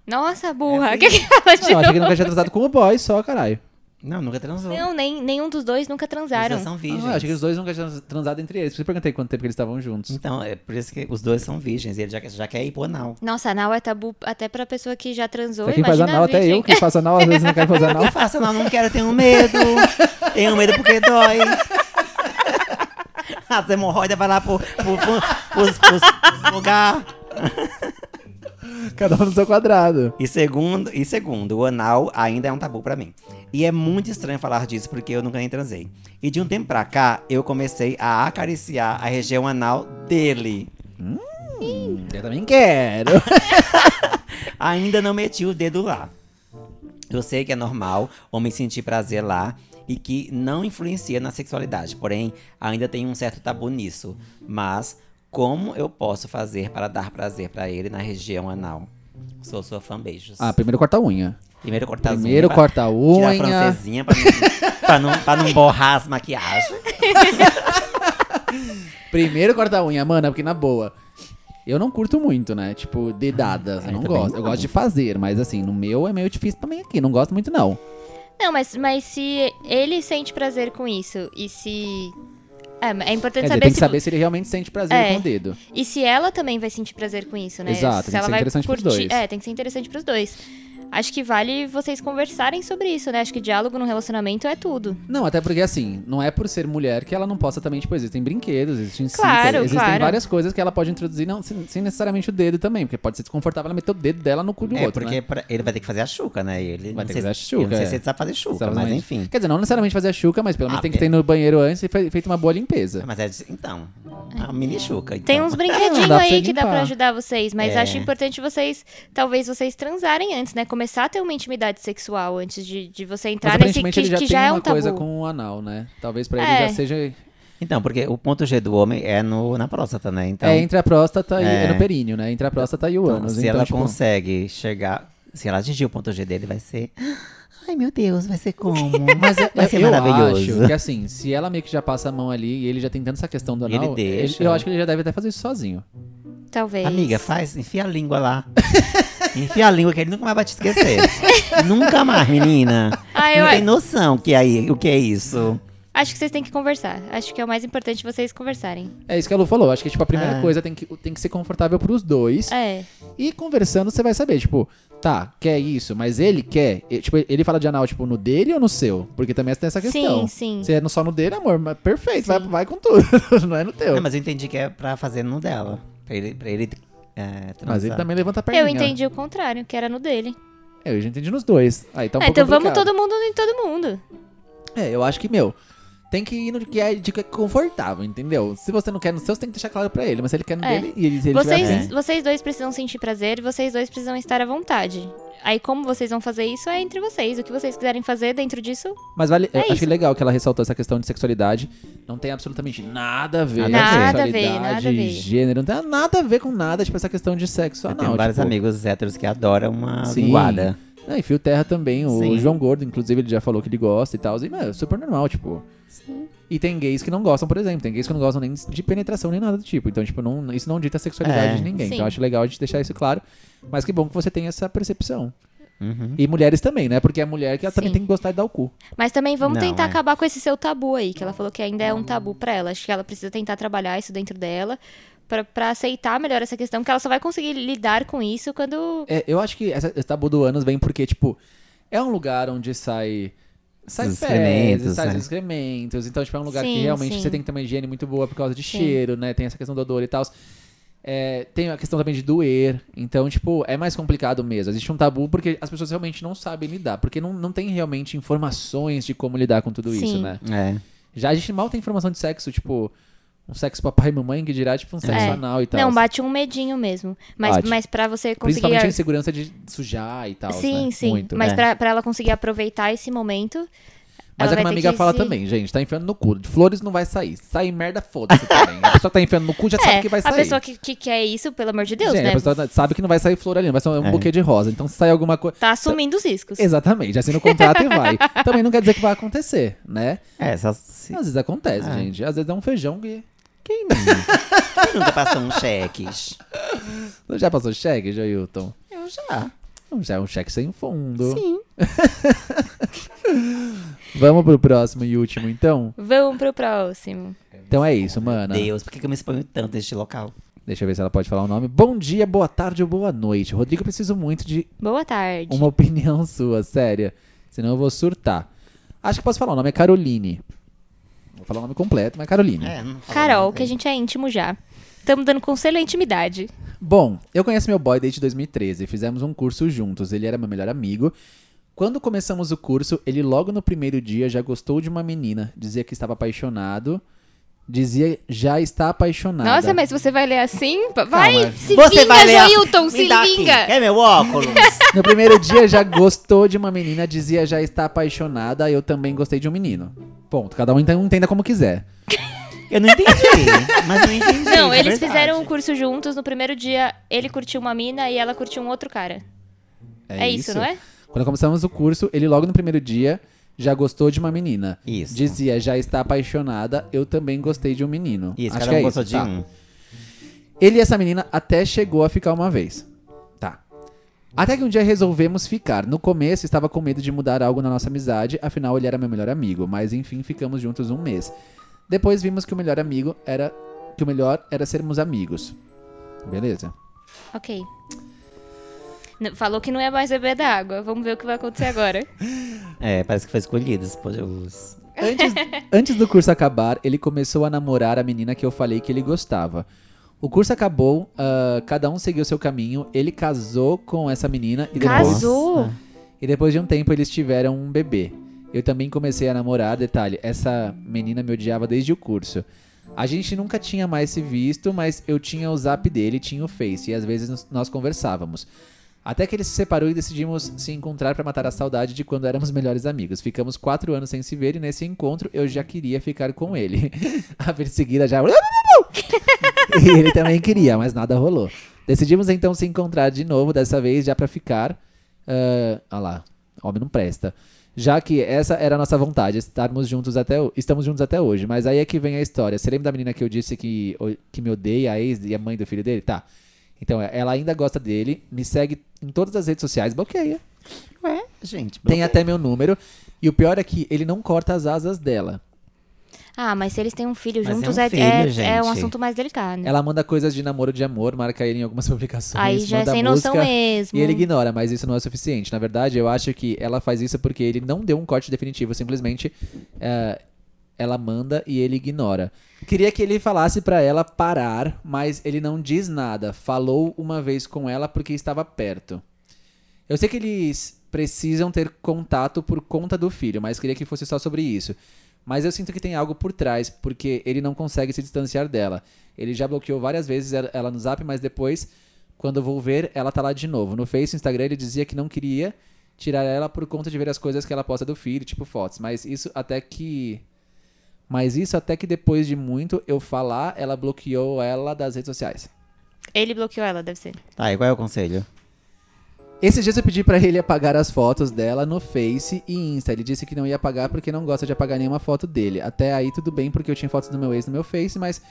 Speaker 3: Nossa, burra. O que, que ela te
Speaker 1: É, Não, achei que
Speaker 3: não,
Speaker 1: nunca tinha transado com o boy só, caralho.
Speaker 2: Não, nunca transou.
Speaker 3: não, nem nenhum dos dois nunca
Speaker 2: Os
Speaker 3: transaram.
Speaker 2: dois são virgens.
Speaker 1: Ah, achei que os dois nunca tinham transado entre eles. Por isso eu perguntei quanto tempo que eles estavam juntos.
Speaker 2: Então, é por isso que os dois são virgens. E ele já, já quer ir pro anal.
Speaker 3: Nossa, anal é tabu até pra pessoa que já transou.
Speaker 1: Pra quem faz
Speaker 3: Então imagina
Speaker 1: anal,
Speaker 3: a
Speaker 1: até
Speaker 3: virgem.
Speaker 1: eu que faço anal, às vezes não quero fazer anal.
Speaker 2: Não faça não, não quero, tenho medo. Tenho medo porque dói. As hemorroidas vai lá pro, pro, pro, pros- pros- pros lugar.
Speaker 1: Cada um no seu quadrado.
Speaker 2: E segundo, e segundo, o anal ainda é um tabu pra mim. E é muito estranho falar disso porque eu nunca nem transei. E de um tempo pra cá, eu comecei a acariciar a região anal dele.
Speaker 1: Eu também quero.
Speaker 2: Ainda não meti o dedo lá. Eu sei que é normal homem sentir prazer lá e que não influencia na sexualidade, porém ainda tem um certo tabu nisso. Mas como eu posso fazer para dar prazer pra ele na região anal? Sou sua fã, beijos.
Speaker 1: Ah, primeiro corta a unha.
Speaker 2: primeiro cortar as
Speaker 1: Primeiro
Speaker 2: unhas pra-
Speaker 1: corta a
Speaker 2: Tá, Tirar a
Speaker 1: unha.
Speaker 2: francesinha pra não, pra, não, pra não borrar as maquiagens.
Speaker 1: Primeiro corta a unha, mano, porque na boa. Eu não curto muito, né? Tipo, dedada. eu não
Speaker 2: também
Speaker 1: gosto. Eu
Speaker 2: não.
Speaker 1: gosto de fazer, mas assim, no meu é meio difícil também aqui. Não gosto muito, não.
Speaker 3: Não, mas, mas se ele sente prazer com isso e se. É, é importante
Speaker 1: Quer dizer,
Speaker 3: saber,
Speaker 1: tem que
Speaker 3: se,
Speaker 1: saber se ele realmente sente prazer
Speaker 3: É.
Speaker 1: com o dedo.
Speaker 3: E se ela também vai sentir prazer com isso, né?
Speaker 1: Exato, tem
Speaker 3: se
Speaker 1: que
Speaker 3: ela
Speaker 1: ser
Speaker 3: vai
Speaker 1: interessante pros
Speaker 3: curtir-
Speaker 1: dois.
Speaker 3: É, tem que ser interessante pros dois. Acho que vale vocês conversarem sobre isso, né? Acho que diálogo no relacionamento é tudo.
Speaker 1: Não, até porque assim, não é por ser mulher que ela não possa também, tipo, existem brinquedos, existem
Speaker 3: Claro,
Speaker 1: cintas, existem
Speaker 3: claro.
Speaker 1: várias coisas que ela pode introduzir, não, sem, sem necessariamente o dedo também, porque pode ser desconfortável ela meter o dedo dela no cu do
Speaker 2: É,
Speaker 1: outro,
Speaker 2: porque
Speaker 1: né?
Speaker 2: pra- ele vai ter que fazer a chuca, né? Ele,
Speaker 1: Vai
Speaker 2: não
Speaker 1: ter que
Speaker 2: sei
Speaker 1: fazer a
Speaker 2: se-
Speaker 1: chuca,
Speaker 2: Eu não sei
Speaker 1: é.
Speaker 2: se ele sabe fazer chuca, mas
Speaker 1: Exatamente.
Speaker 2: enfim.
Speaker 1: Quer dizer, não necessariamente fazer a chuca, mas pelo menos
Speaker 2: Ah,
Speaker 1: tem que
Speaker 2: bem.
Speaker 1: ter ido no banheiro antes e fe- feito uma boa limpeza.
Speaker 2: Mas é, então, a mini chuca. Então.
Speaker 3: Tem uns brinquedinhos
Speaker 1: Tá. dá pra você
Speaker 3: aí que dá
Speaker 1: limpar.
Speaker 3: pra ajudar vocês, mas
Speaker 2: É.
Speaker 3: acho importante vocês, talvez vocês transarem antes, né? Começar a ter uma intimidade sexual antes de, de você
Speaker 1: Mas
Speaker 3: entrar nesse que,
Speaker 1: aparentemente ele já
Speaker 3: que
Speaker 1: tem
Speaker 3: já é
Speaker 1: uma
Speaker 3: um tabu.
Speaker 1: coisa com o anal, né? Talvez pra ele
Speaker 3: É.
Speaker 1: já seja.
Speaker 2: Então, porque o ponto G do homem é no, na próstata, né? Então,
Speaker 1: é entre a próstata e.
Speaker 2: É.
Speaker 1: É no períneo, né? Entre a próstata e o
Speaker 2: então,
Speaker 1: ânus.
Speaker 2: se
Speaker 1: então,
Speaker 2: ela
Speaker 1: tipo,
Speaker 2: consegue chegar... Se ela atingir o ponto G dele, vai ser... Ai, meu Deus, vai ser como?
Speaker 1: Mas é,
Speaker 2: vai ser
Speaker 1: eu
Speaker 2: maravilhoso.
Speaker 1: acho que assim, se ela meio que já passa a mão ali e ele já tem tanta essa questão do
Speaker 2: Ele
Speaker 1: anal,
Speaker 2: deixa.
Speaker 1: eu acho que ele já deve até fazer isso sozinho. é
Speaker 3: Talvez.
Speaker 2: Amiga, faz, enfia a língua lá. enfia a língua que ele nunca mais vai te esquecer. nunca mais, menina.
Speaker 3: Ah, eu
Speaker 2: Não tem noção que aí, o que é isso.
Speaker 3: acho que vocês têm que conversar. Acho que é o mais importante vocês conversarem.
Speaker 1: É isso que a Lu falou. Acho que, tipo, a primeira
Speaker 2: É.
Speaker 1: coisa tem que, tem que ser confortável pros dois.
Speaker 3: É.
Speaker 1: E conversando, você vai saber, tipo, tá, quer isso, mas ele quer. E, tipo, ele fala de anal, tipo, no dele ou no seu? Porque também tem essa questão.
Speaker 3: Sim, sim.
Speaker 1: Se é no- só no dele, amor, mas perfeito, vai,
Speaker 3: Sim.
Speaker 1: vai com tudo. Não é no teu.
Speaker 2: Não,
Speaker 1: mas
Speaker 2: mas eu entendi que é pra fazer no dela. Pra ele, pra ele é, transar.
Speaker 1: ele também levanta a perninha. É,
Speaker 3: Eu entendi o contrário, que era no dele.
Speaker 1: Eu já entendi nos dois. Aí tá um
Speaker 3: ah,
Speaker 1: pouco
Speaker 3: então vamos
Speaker 1: Então, complicado.
Speaker 3: todo mundo em todo mundo.
Speaker 1: É, eu acho que, meu, tem que ir no que é de que é confortável, entendeu? Se você não quer no seu, você tem que deixar claro pra ele. Mas se ele quer no
Speaker 3: É.
Speaker 1: dele, e ele, se ele tiver
Speaker 3: Vocês,
Speaker 1: afim-
Speaker 3: vocês dois precisam sentir prazer e vocês dois precisam estar à vontade. Aí como vocês vão fazer isso é entre vocês. O que vocês quiserem fazer dentro disso,
Speaker 1: Mas vale, eu
Speaker 3: É
Speaker 1: acho
Speaker 3: isso.
Speaker 1: legal que ela ressaltou essa questão de sexualidade. Não tem absolutamente nada a ver.
Speaker 3: Nada a ver,
Speaker 1: sexualidade,
Speaker 3: nada a ver.
Speaker 1: gênero, não tem nada a ver com nada, tipo, essa questão de sexo
Speaker 2: Eu
Speaker 1: anal.
Speaker 2: tenho vários
Speaker 1: tipo,
Speaker 2: amigos héteros que adoram uma
Speaker 1: Sim.
Speaker 2: linguada.
Speaker 1: Não, Ah, e Fio Terra também, o
Speaker 2: Sim.
Speaker 1: João Gordo, inclusive, ele já falou que ele gosta e tal. E, mano, é super normal, tipo. E tem gays que não gostam, por exemplo. Tem gays que não gostam nem de penetração, nem nada do tipo. Então, tipo, não, isso não dita a sexualidade
Speaker 2: É.
Speaker 1: de ninguém.
Speaker 3: Sim.
Speaker 1: Então, eu acho legal a gente deixar isso claro. Mas que bom que você tem essa percepção.
Speaker 2: Uhum.
Speaker 1: E mulheres também, né? Porque a mulher que ela também
Speaker 3: Sim.
Speaker 1: tem que gostar de dar o cu.
Speaker 3: Mas também vamos
Speaker 2: Não,
Speaker 3: tentar
Speaker 2: é.
Speaker 3: acabar com esse seu tabu aí, que ela falou que ainda é um tabu pra ela. Acho que ela precisa tentar trabalhar isso dentro dela pra- pra aceitar melhor essa questão, que ela só vai conseguir lidar com isso quando
Speaker 1: É, eu acho que essa, esse tabu do ânus vem porque, tipo, é um lugar onde sai. Sai
Speaker 2: Os
Speaker 1: fezes,
Speaker 2: excrementos,
Speaker 1: sai os
Speaker 2: né?
Speaker 1: excrementos. Então, tipo, é um lugar que
Speaker 3: Sim,
Speaker 1: realmente
Speaker 3: sim.
Speaker 1: você tem que ter uma higiene muito boa por causa de
Speaker 3: Sim.
Speaker 1: cheiro, né? Tem essa questão do odor e tal. É, tem a questão também de doer. Então, tipo, é mais complicado mesmo. Existe um tabu porque as pessoas realmente não sabem lidar. Porque não, não tem realmente informações de como lidar com tudo isso,
Speaker 3: Sim.
Speaker 1: né?
Speaker 2: É.
Speaker 1: Já a gente mal tem informação de sexo, tipo, um sexo papai e mamãe que dirá, tipo, um sexo
Speaker 3: É.
Speaker 1: anal e tal.
Speaker 3: Não, bate um medinho mesmo. Mas,
Speaker 1: Bate.
Speaker 3: mas para você conseguir.
Speaker 1: Principalmente a insegurança de sujar e tal.
Speaker 3: Sim,
Speaker 1: né?
Speaker 3: sim.
Speaker 1: Muito.
Speaker 3: mas
Speaker 2: né?
Speaker 3: pra para ela conseguir aproveitar esse momento,
Speaker 1: Mas
Speaker 3: Ela
Speaker 1: é que minha
Speaker 3: vai ter
Speaker 1: amiga
Speaker 3: que
Speaker 1: fala
Speaker 3: se-
Speaker 1: também, gente, tá enfiando no cu. De flores não vai sair. Se Sair merda, foda-se também. A pessoa tá enfiando no cu já sabe
Speaker 3: É,
Speaker 1: que vai sair.
Speaker 3: a pessoa que, que quer isso, pelo amor de Deus,
Speaker 1: gente,
Speaker 3: né?
Speaker 1: a pessoa tá- sabe que não vai sair flor ali, não vai ser um
Speaker 2: É.
Speaker 1: buquê de rosa. Então se sair alguma coisa.
Speaker 3: Tá assumindo os riscos.
Speaker 1: Exatamente, assina o contrato e vai. Também não quer dizer que vai acontecer, né?
Speaker 2: É, só se
Speaker 1: Às vezes acontece,
Speaker 3: Ah.
Speaker 2: É.
Speaker 1: gente. Às vezes é um feijão que.
Speaker 2: nunca passou uns cheques.
Speaker 1: Tu já passou cheque, Joilton?
Speaker 2: Eu já.
Speaker 1: Já é um cheque sem fundo.
Speaker 2: Sim.
Speaker 1: Vamos pro próximo e último, então?
Speaker 3: Vamos pro próximo.
Speaker 1: Então é isso, mana.
Speaker 2: Deus, por que que eu me exponho tanto neste local?
Speaker 1: Deixa eu ver se ela pode falar o nome. Bom dia, boa tarde ou boa noite. Rodrigo, eu preciso muito de
Speaker 3: Boa tarde.
Speaker 1: uma opinião sua, séria. Senão eu vou surtar. Acho que posso falar, o nome é Caroline. Vou falar o nome completo, mas é Caroline.
Speaker 2: não fala
Speaker 3: Carol,
Speaker 2: nada.
Speaker 3: que a gente é íntimo já. Estamos dando conselho à intimidade.
Speaker 1: Bom, eu conheço meu boy desde 2013. Fizemos um curso juntos. Ele era meu melhor amigo. Quando começamos o curso, ele logo no primeiro dia já gostou de uma menina. Dizia que estava apaixonado. Dizia já está apaixonada.
Speaker 3: Nossa, mas você vai ler assim? Vai,
Speaker 1: Calma.
Speaker 3: se
Speaker 2: Você
Speaker 3: vinga,
Speaker 2: vai ler a-
Speaker 3: Joilton,
Speaker 2: Me
Speaker 3: se
Speaker 2: dá aqui.
Speaker 3: vinga.
Speaker 2: Quer meu óculos?
Speaker 1: No primeiro dia já gostou de uma menina, dizia já está apaixonada, eu também gostei de um menino. Ponto. Cada um então entenda como quiser.
Speaker 2: eu não entendi. Mas não entendi.
Speaker 3: Não,
Speaker 2: é
Speaker 3: eles
Speaker 2: verdade.
Speaker 3: fizeram um curso juntos. No primeiro dia, ele curtiu uma mina e ela curtiu um outro cara. É, isso, não é?
Speaker 1: Quando começamos o curso, ele logo no primeiro dia já gostou de uma menina.
Speaker 2: Isso.
Speaker 1: Dizia já está apaixonada, eu também gostei de um menino.
Speaker 2: Isso,
Speaker 1: Acho
Speaker 2: cada
Speaker 1: que
Speaker 2: um
Speaker 1: é
Speaker 2: gostou
Speaker 1: isso,
Speaker 2: de
Speaker 1: tá.
Speaker 2: um.
Speaker 1: Ele e essa menina até chegou a ficar uma vez. Tá. Até que um dia resolvemos ficar. No começo estava com medo de mudar algo na nossa amizade, afinal ele era meu melhor amigo, mas enfim, ficamos juntos um mês. Depois vimos que o melhor amigo era que o melhor era sermos amigos. Beleza.
Speaker 3: Ok. N- Falou que não é mais beber da água. Vamos ver o que vai acontecer agora.
Speaker 2: É, parece que foi escolhido. esse poder- os-
Speaker 1: Antes, antes do curso acabar, ele começou a namorar a menina que eu falei que ele gostava. O curso acabou, ah, cada um seguiu seu caminho, ele casou com essa menina e depois
Speaker 3: Casou?
Speaker 2: Nossa.
Speaker 1: E depois de um tempo eles tiveram um bebê. Eu também comecei a namorar, detalhe, essa menina me odiava desde o curso. A gente nunca tinha mais se visto, mas eu tinha o zap dele, tinha o Face, e às vezes nos- nós conversávamos. Até que ele se separou e decidimos se encontrar pra matar a saudade de quando éramos melhores amigos. Ficamos quatro anos sem se ver e nesse encontro eu já queria ficar com ele. A perseguida já. e ele também queria, mas nada rolou. Decidimos então se encontrar de novo, dessa vez já pra ficar. Ah, ah lá, homem não presta. Já que essa era a nossa vontade, estarmos juntos até ho- estamos juntos até hoje. Mas aí é que vem a história. Você lembra da menina que eu disse que, o- que me odeia, a ex e a mãe do filho dele? Tá. Então, é, ela ainda gosta dele, me segue em todas as redes sociais, bloqueia.
Speaker 2: Ué, gente.
Speaker 1: Tem até meu número. E o pior é que ele não corta as asas dela.
Speaker 3: Ah, mas se eles têm um filho
Speaker 2: Mas é
Speaker 3: juntos,
Speaker 2: um
Speaker 3: é,
Speaker 2: filho,
Speaker 3: é-
Speaker 2: gente.
Speaker 3: é um assunto mais delicado.
Speaker 1: Ela manda coisas de namoro de amor, marca ele em algumas publicações.
Speaker 3: Aí já é
Speaker 1: manda
Speaker 3: sem noção
Speaker 1: música.
Speaker 3: mesmo.
Speaker 1: E ele ignora, mas isso não é suficiente. Na verdade, eu acho que ela faz isso porque ele não deu um corte definitivo, simplesmente é, ela manda e ele ignora. Queria que ele falasse pra ela parar, mas ele não diz nada. Falou uma vez com ela porque estava perto. Eu sei que eles precisam ter contato por conta do filho, mas queria que fosse só sobre isso. Mas eu sinto que tem algo por trás, porque ele não consegue se distanciar dela. Ele já bloqueou várias vezes ela- ela no zap, mas depois, quando eu vou ver, ela tá lá de novo. No Face, Instagram, ele dizia que não queria tirar ela por conta de ver as coisas que ela posta do filho, tipo fotos. Mas isso até que. Mas isso até que depois de muito eu falar, ela bloqueou ela das redes sociais.
Speaker 3: Ele bloqueou ela, deve ser.
Speaker 2: Tá, e qual é o conselho?
Speaker 1: Esses dias eu pedi pra ele apagar as fotos dela no Face e Insta. Ele disse que não ia apagar porque não gosta de apagar nenhuma foto dele. Até aí tudo bem, porque eu tinha fotos do meu ex no meu Face, mas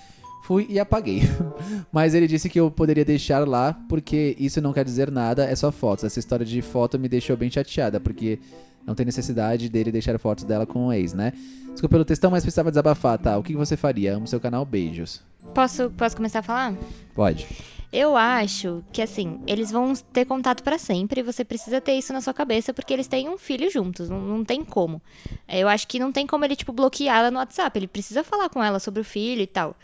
Speaker 1: fui e apaguei. mas ele disse que eu poderia deixar lá porque isso não quer dizer nada, é só fotos. Essa história de foto me deixou bem chateada, porque não tem necessidade dele deixar fotos dela com o ex, né? Desculpa pelo textão, mas precisava desabafar, tá? O que que você faria? Amo seu canal, beijos.
Speaker 3: Posso, posso começar a falar?
Speaker 1: Pode.
Speaker 3: Eu acho que, assim, eles vão ter contato pra sempre. Você precisa ter isso na sua cabeça, porque eles têm um filho juntos. Não, não tem como. É, Eu acho que não tem como ele, tipo, bloquear ela no WhatsApp. Ele precisa falar com ela sobre o filho e tal.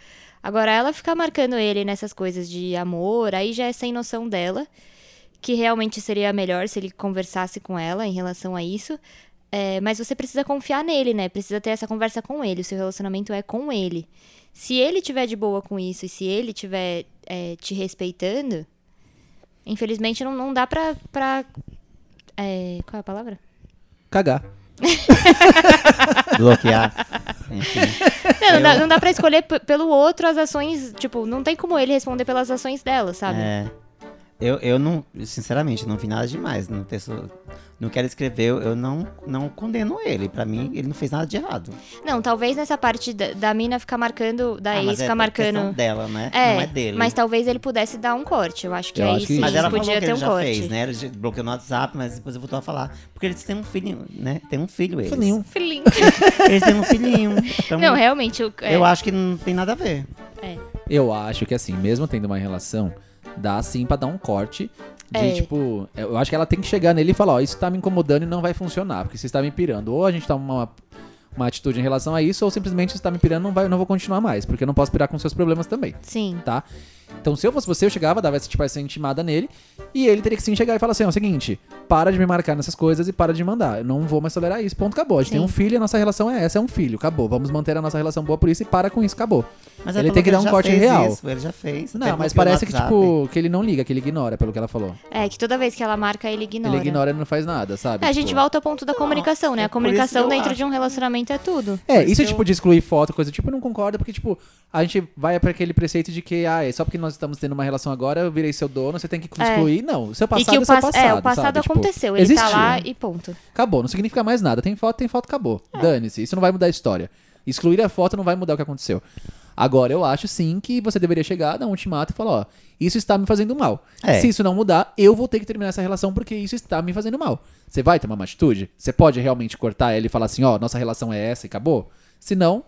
Speaker 3: Agora, ela ficar marcando ele nessas coisas de amor, aí já é sem noção dela. Que realmente seria melhor se ele conversasse com ela em relação a isso. É, mas você precisa confiar nele, né? Precisa ter essa conversa com ele. O seu relacionamento é com ele. Se ele tiver de boa com isso e se ele tiver é, te respeitando, infelizmente não, não dá pra. pra é, qual é a palavra?
Speaker 1: Cagar.
Speaker 2: Bloquear. Enfim.
Speaker 3: Não, não, dá, não dá pra escolher p- pelo outro as ações. Tipo, não tem como ele responder pelas ações dela, sabe?
Speaker 2: É. Eu, eu não, sinceramente, não vi nada demais no texto. No que ela escreveu, eu não, não condeno ele. Pra mim, ele não fez nada de errado.
Speaker 3: Não, talvez nessa parte da, da mina ficar marcando, da
Speaker 2: Ah,
Speaker 3: ex
Speaker 2: mas é
Speaker 3: ficar
Speaker 2: questão
Speaker 3: Tá marcando.
Speaker 2: dela, né?
Speaker 3: É,
Speaker 2: não é dele.
Speaker 3: mas talvez ele pudesse dar um corte. Eu acho que
Speaker 1: Eu
Speaker 3: aí
Speaker 1: acho que
Speaker 3: sim
Speaker 1: isso.
Speaker 2: Mas ela falou
Speaker 3: podia
Speaker 2: que
Speaker 3: ter
Speaker 2: ele
Speaker 3: um
Speaker 2: já
Speaker 3: corte.
Speaker 2: fez, né? Ele já bloqueou no WhatsApp, mas depois voltou a falar. Porque eles têm um filhinho, né? Tem um filho eles.
Speaker 1: Filhinho.
Speaker 3: Filhinho.
Speaker 2: Eles têm um filhinho. Então,
Speaker 3: Não, realmente. o- é,
Speaker 2: eu acho que não tem nada a ver.
Speaker 1: Eu acho que assim, mesmo tendo uma relação, dá sim pra dar um corte. De,
Speaker 3: É.
Speaker 1: tipo, eu acho que ela tem que chegar nele e falar, ó, isso tá me incomodando e não vai funcionar, porque você está me pirando. Ou a gente tá uma, uma atitude em relação a isso, ou simplesmente você tá me pirando, não vai, eu não vou continuar mais, porque eu não posso pirar com seus problemas também,
Speaker 3: Sim.
Speaker 1: tá? Então, se eu fosse você, eu chegava, dava essa, tipo, essa intimada nele, e ele teria que sim chegar e falar assim, ó, é o seguinte, para de me marcar nessas coisas e para de mandar. Eu não vou mais tolerar isso, ponto, acabou. A gente
Speaker 3: Sim.
Speaker 1: tem um filho e a nossa relação é essa, é um filho, acabou. Vamos manter a nossa relação boa por isso e para com isso, acabou.
Speaker 2: Mas
Speaker 1: Ele
Speaker 2: ela
Speaker 1: tem que
Speaker 2: falou
Speaker 1: dar um
Speaker 2: já
Speaker 1: corte
Speaker 2: fez
Speaker 1: real.
Speaker 2: Isso, ele já fez. até
Speaker 1: Não, mas
Speaker 2: bloqueou no
Speaker 1: parece que,
Speaker 2: WhatsApp.
Speaker 1: tipo, que ele não liga, que ele ignora, pelo que ela falou.
Speaker 3: É, que toda vez que ela marca, ele ignora.
Speaker 1: Ele ignora e não faz nada, sabe?
Speaker 3: É, a
Speaker 1: Tipo,
Speaker 3: gente volta ao ponto da comunicação, né?
Speaker 2: é
Speaker 3: A
Speaker 2: por isso que
Speaker 3: comunicação
Speaker 2: eu
Speaker 3: dentro
Speaker 2: acho.
Speaker 3: de um relacionamento é tudo.
Speaker 1: É,
Speaker 2: Mas
Speaker 1: isso é
Speaker 2: eu-
Speaker 1: tipo de excluir foto, coisa do tipo, eu não concordo, porque, tipo, a gente vai para aquele preceito de que, ah, é só porque nós estamos tendo uma relação agora, eu virei seu dono, você tem que
Speaker 3: É.
Speaker 1: excluir. Não, o seu passado
Speaker 3: e que
Speaker 1: é
Speaker 3: o,
Speaker 1: seu
Speaker 3: pas-
Speaker 1: passado.
Speaker 3: é, o passado
Speaker 1: sabe? Tipo, um
Speaker 3: aconteceu. ele tá
Speaker 1: existiu.
Speaker 3: lá e É. ponto.
Speaker 1: Acabou, não significa mais nada. Tem foto, tem foto, acabou. Dane-se, isso não vai mudar a história. Excluir a foto não vai mudar o que aconteceu. Agora, eu acho sim que você deveria chegar, dar um ultimato e falar, ó, isso está me fazendo mal.
Speaker 2: É.
Speaker 1: Se isso não mudar, eu vou ter que terminar essa relação porque isso está me fazendo mal. Você vai tomar uma atitude? Você pode realmente cortar ela e falar assim, ó, nossa relação é essa e acabou? Se não,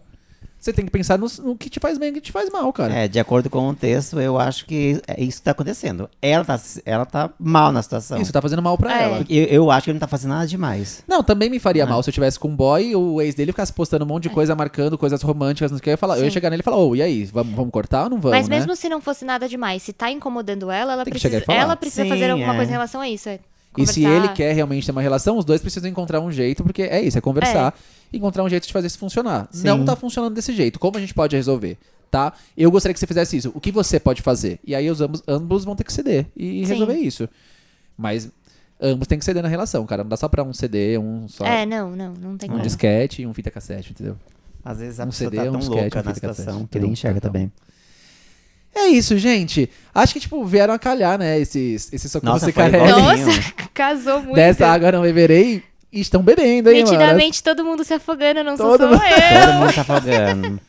Speaker 1: você tem que pensar no, no que te faz bem e o que te faz mal, cara.
Speaker 2: É, de acordo com o texto, eu acho que é isso que tá acontecendo. Ela tá, ela tá mal na situação.
Speaker 1: Isso tá fazendo mal pra
Speaker 3: É.
Speaker 1: ela.
Speaker 2: Eu, eu acho que ele não tá fazendo nada demais.
Speaker 1: Não, também me
Speaker 2: É.
Speaker 1: faria mal se eu tivesse com um boy e o ex dele ficasse postando um monte de coisa, marcando coisas românticas, não sei o que. Eu ia, falar, eu ia
Speaker 3: É. Sim.
Speaker 1: chegar nele e falar, ô, e aí, vamos, vamos cortar ou não vamos,
Speaker 3: Mas
Speaker 1: né?
Speaker 3: mesmo se não fosse nada demais, se tá incomodando ela, ela
Speaker 1: Tem que
Speaker 3: precisa,
Speaker 1: chegar e falar.
Speaker 3: ela precisa
Speaker 2: Sim,
Speaker 3: fazer alguma
Speaker 2: é.
Speaker 3: coisa em relação a isso. é
Speaker 1: E se
Speaker 3: conversar.
Speaker 1: ele quer realmente ter uma relação, os dois precisam encontrar um jeito, porque é isso, é conversar e encontrar um jeito de fazer isso funcionar.
Speaker 2: Sim.
Speaker 1: Não tá funcionando desse jeito. Como a gente pode resolver? Tá? Eu gostaria que você fizesse isso. O que você pode fazer? E aí os ambos, ambos vão ter que ceder e
Speaker 3: Sim.
Speaker 1: resolver isso. Mas ambos têm que ceder na relação, cara. Não dá só pra um CD, um só.
Speaker 3: É, não, não, não tem
Speaker 1: Um
Speaker 3: como.
Speaker 1: disquete e um fita cassete, entendeu?
Speaker 2: Às vezes a
Speaker 1: Um
Speaker 2: pessoa
Speaker 1: CD,
Speaker 2: tá tão
Speaker 1: um disquete, um
Speaker 2: louca na
Speaker 1: fita
Speaker 2: situação
Speaker 1: cassete,
Speaker 2: que tá nem
Speaker 1: um
Speaker 2: enxerga
Speaker 1: cartão.
Speaker 2: também.
Speaker 1: É isso, gente. Acho que, tipo, vieram a calhar, né? Esses, esses socorros que
Speaker 2: Nossa, foi
Speaker 1: carrega.
Speaker 2: igualzinho.
Speaker 3: Nossa, casou muito.
Speaker 1: Dessa água não beberei. E estão bebendo, hein, mano?
Speaker 3: Nitidamente todo mundo se afogando, não sou
Speaker 1: Todo
Speaker 3: só eu.
Speaker 2: Todo mundo tá afogando.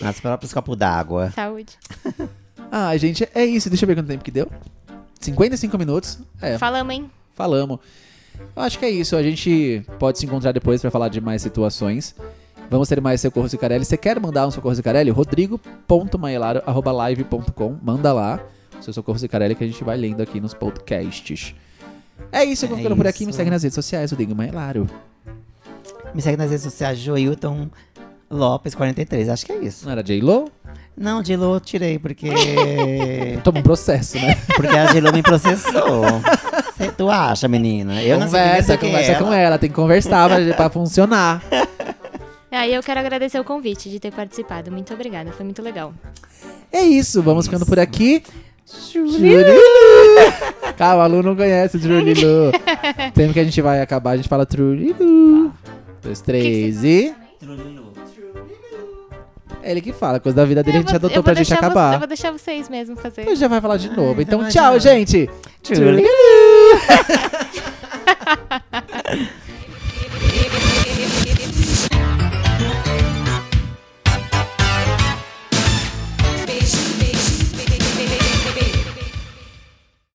Speaker 2: Nas próprios copos d'água.
Speaker 3: Saúde.
Speaker 1: Ah, gente, é isso. Deixa eu ver quanto tempo que deu. 55 minutos. É,
Speaker 3: Falamos, hein?
Speaker 1: falamos. Eu acho que é isso. A gente pode se encontrar depois pra falar de mais situações. Vamos ter mais Socorro Zicarelli. Você quer mandar um Socorro Zicarelli? rodrigo.maelaro.live.com Manda lá o seu Socorro Zicarelli que a gente vai lendo aqui nos podcasts. É isso, eu vou
Speaker 2: É
Speaker 1: ficando por aqui. Me
Speaker 2: isso.
Speaker 1: segue nas redes sociais, Rodrigo Maelaro.
Speaker 2: Me segue nas redes sociais, Joilton Lopes 43. Acho que é isso.
Speaker 1: Não era J-Lo?
Speaker 2: Não, Dilo eu tirei, porque.
Speaker 1: Toma
Speaker 2: É.
Speaker 1: um processo, né?
Speaker 2: porque a Dilo me processou. Cê, tu acha, menina? Eu não sei quem é
Speaker 1: conversa, conversa
Speaker 2: essa que é
Speaker 1: com
Speaker 2: ela.
Speaker 1: ela. Tem que conversar pra, pra funcionar.
Speaker 3: Aí eu quero agradecer o convite de ter participado. Muito obrigada, foi muito legal.
Speaker 1: É isso, vamos ficando por aqui. Jurilu! Calma, a Lu não conhece o Jurilu. Sempre que a gente vai acabar, a gente fala Trurilu.
Speaker 3: Tá.
Speaker 1: Dois, três e. É ele que fala, coisa da vida dele a
Speaker 3: Eu
Speaker 1: gente
Speaker 3: vou- eu
Speaker 1: adotou
Speaker 3: vou
Speaker 1: pra gente
Speaker 3: deixar vo-
Speaker 1: acabar.
Speaker 3: eu vou deixar vocês mesmo fazer.
Speaker 1: Ele já vai falar de novo. Então,
Speaker 2: vai de
Speaker 1: tchau,
Speaker 2: novo.
Speaker 1: gente!
Speaker 2: Tchurululu.
Speaker 1: Tchurululu.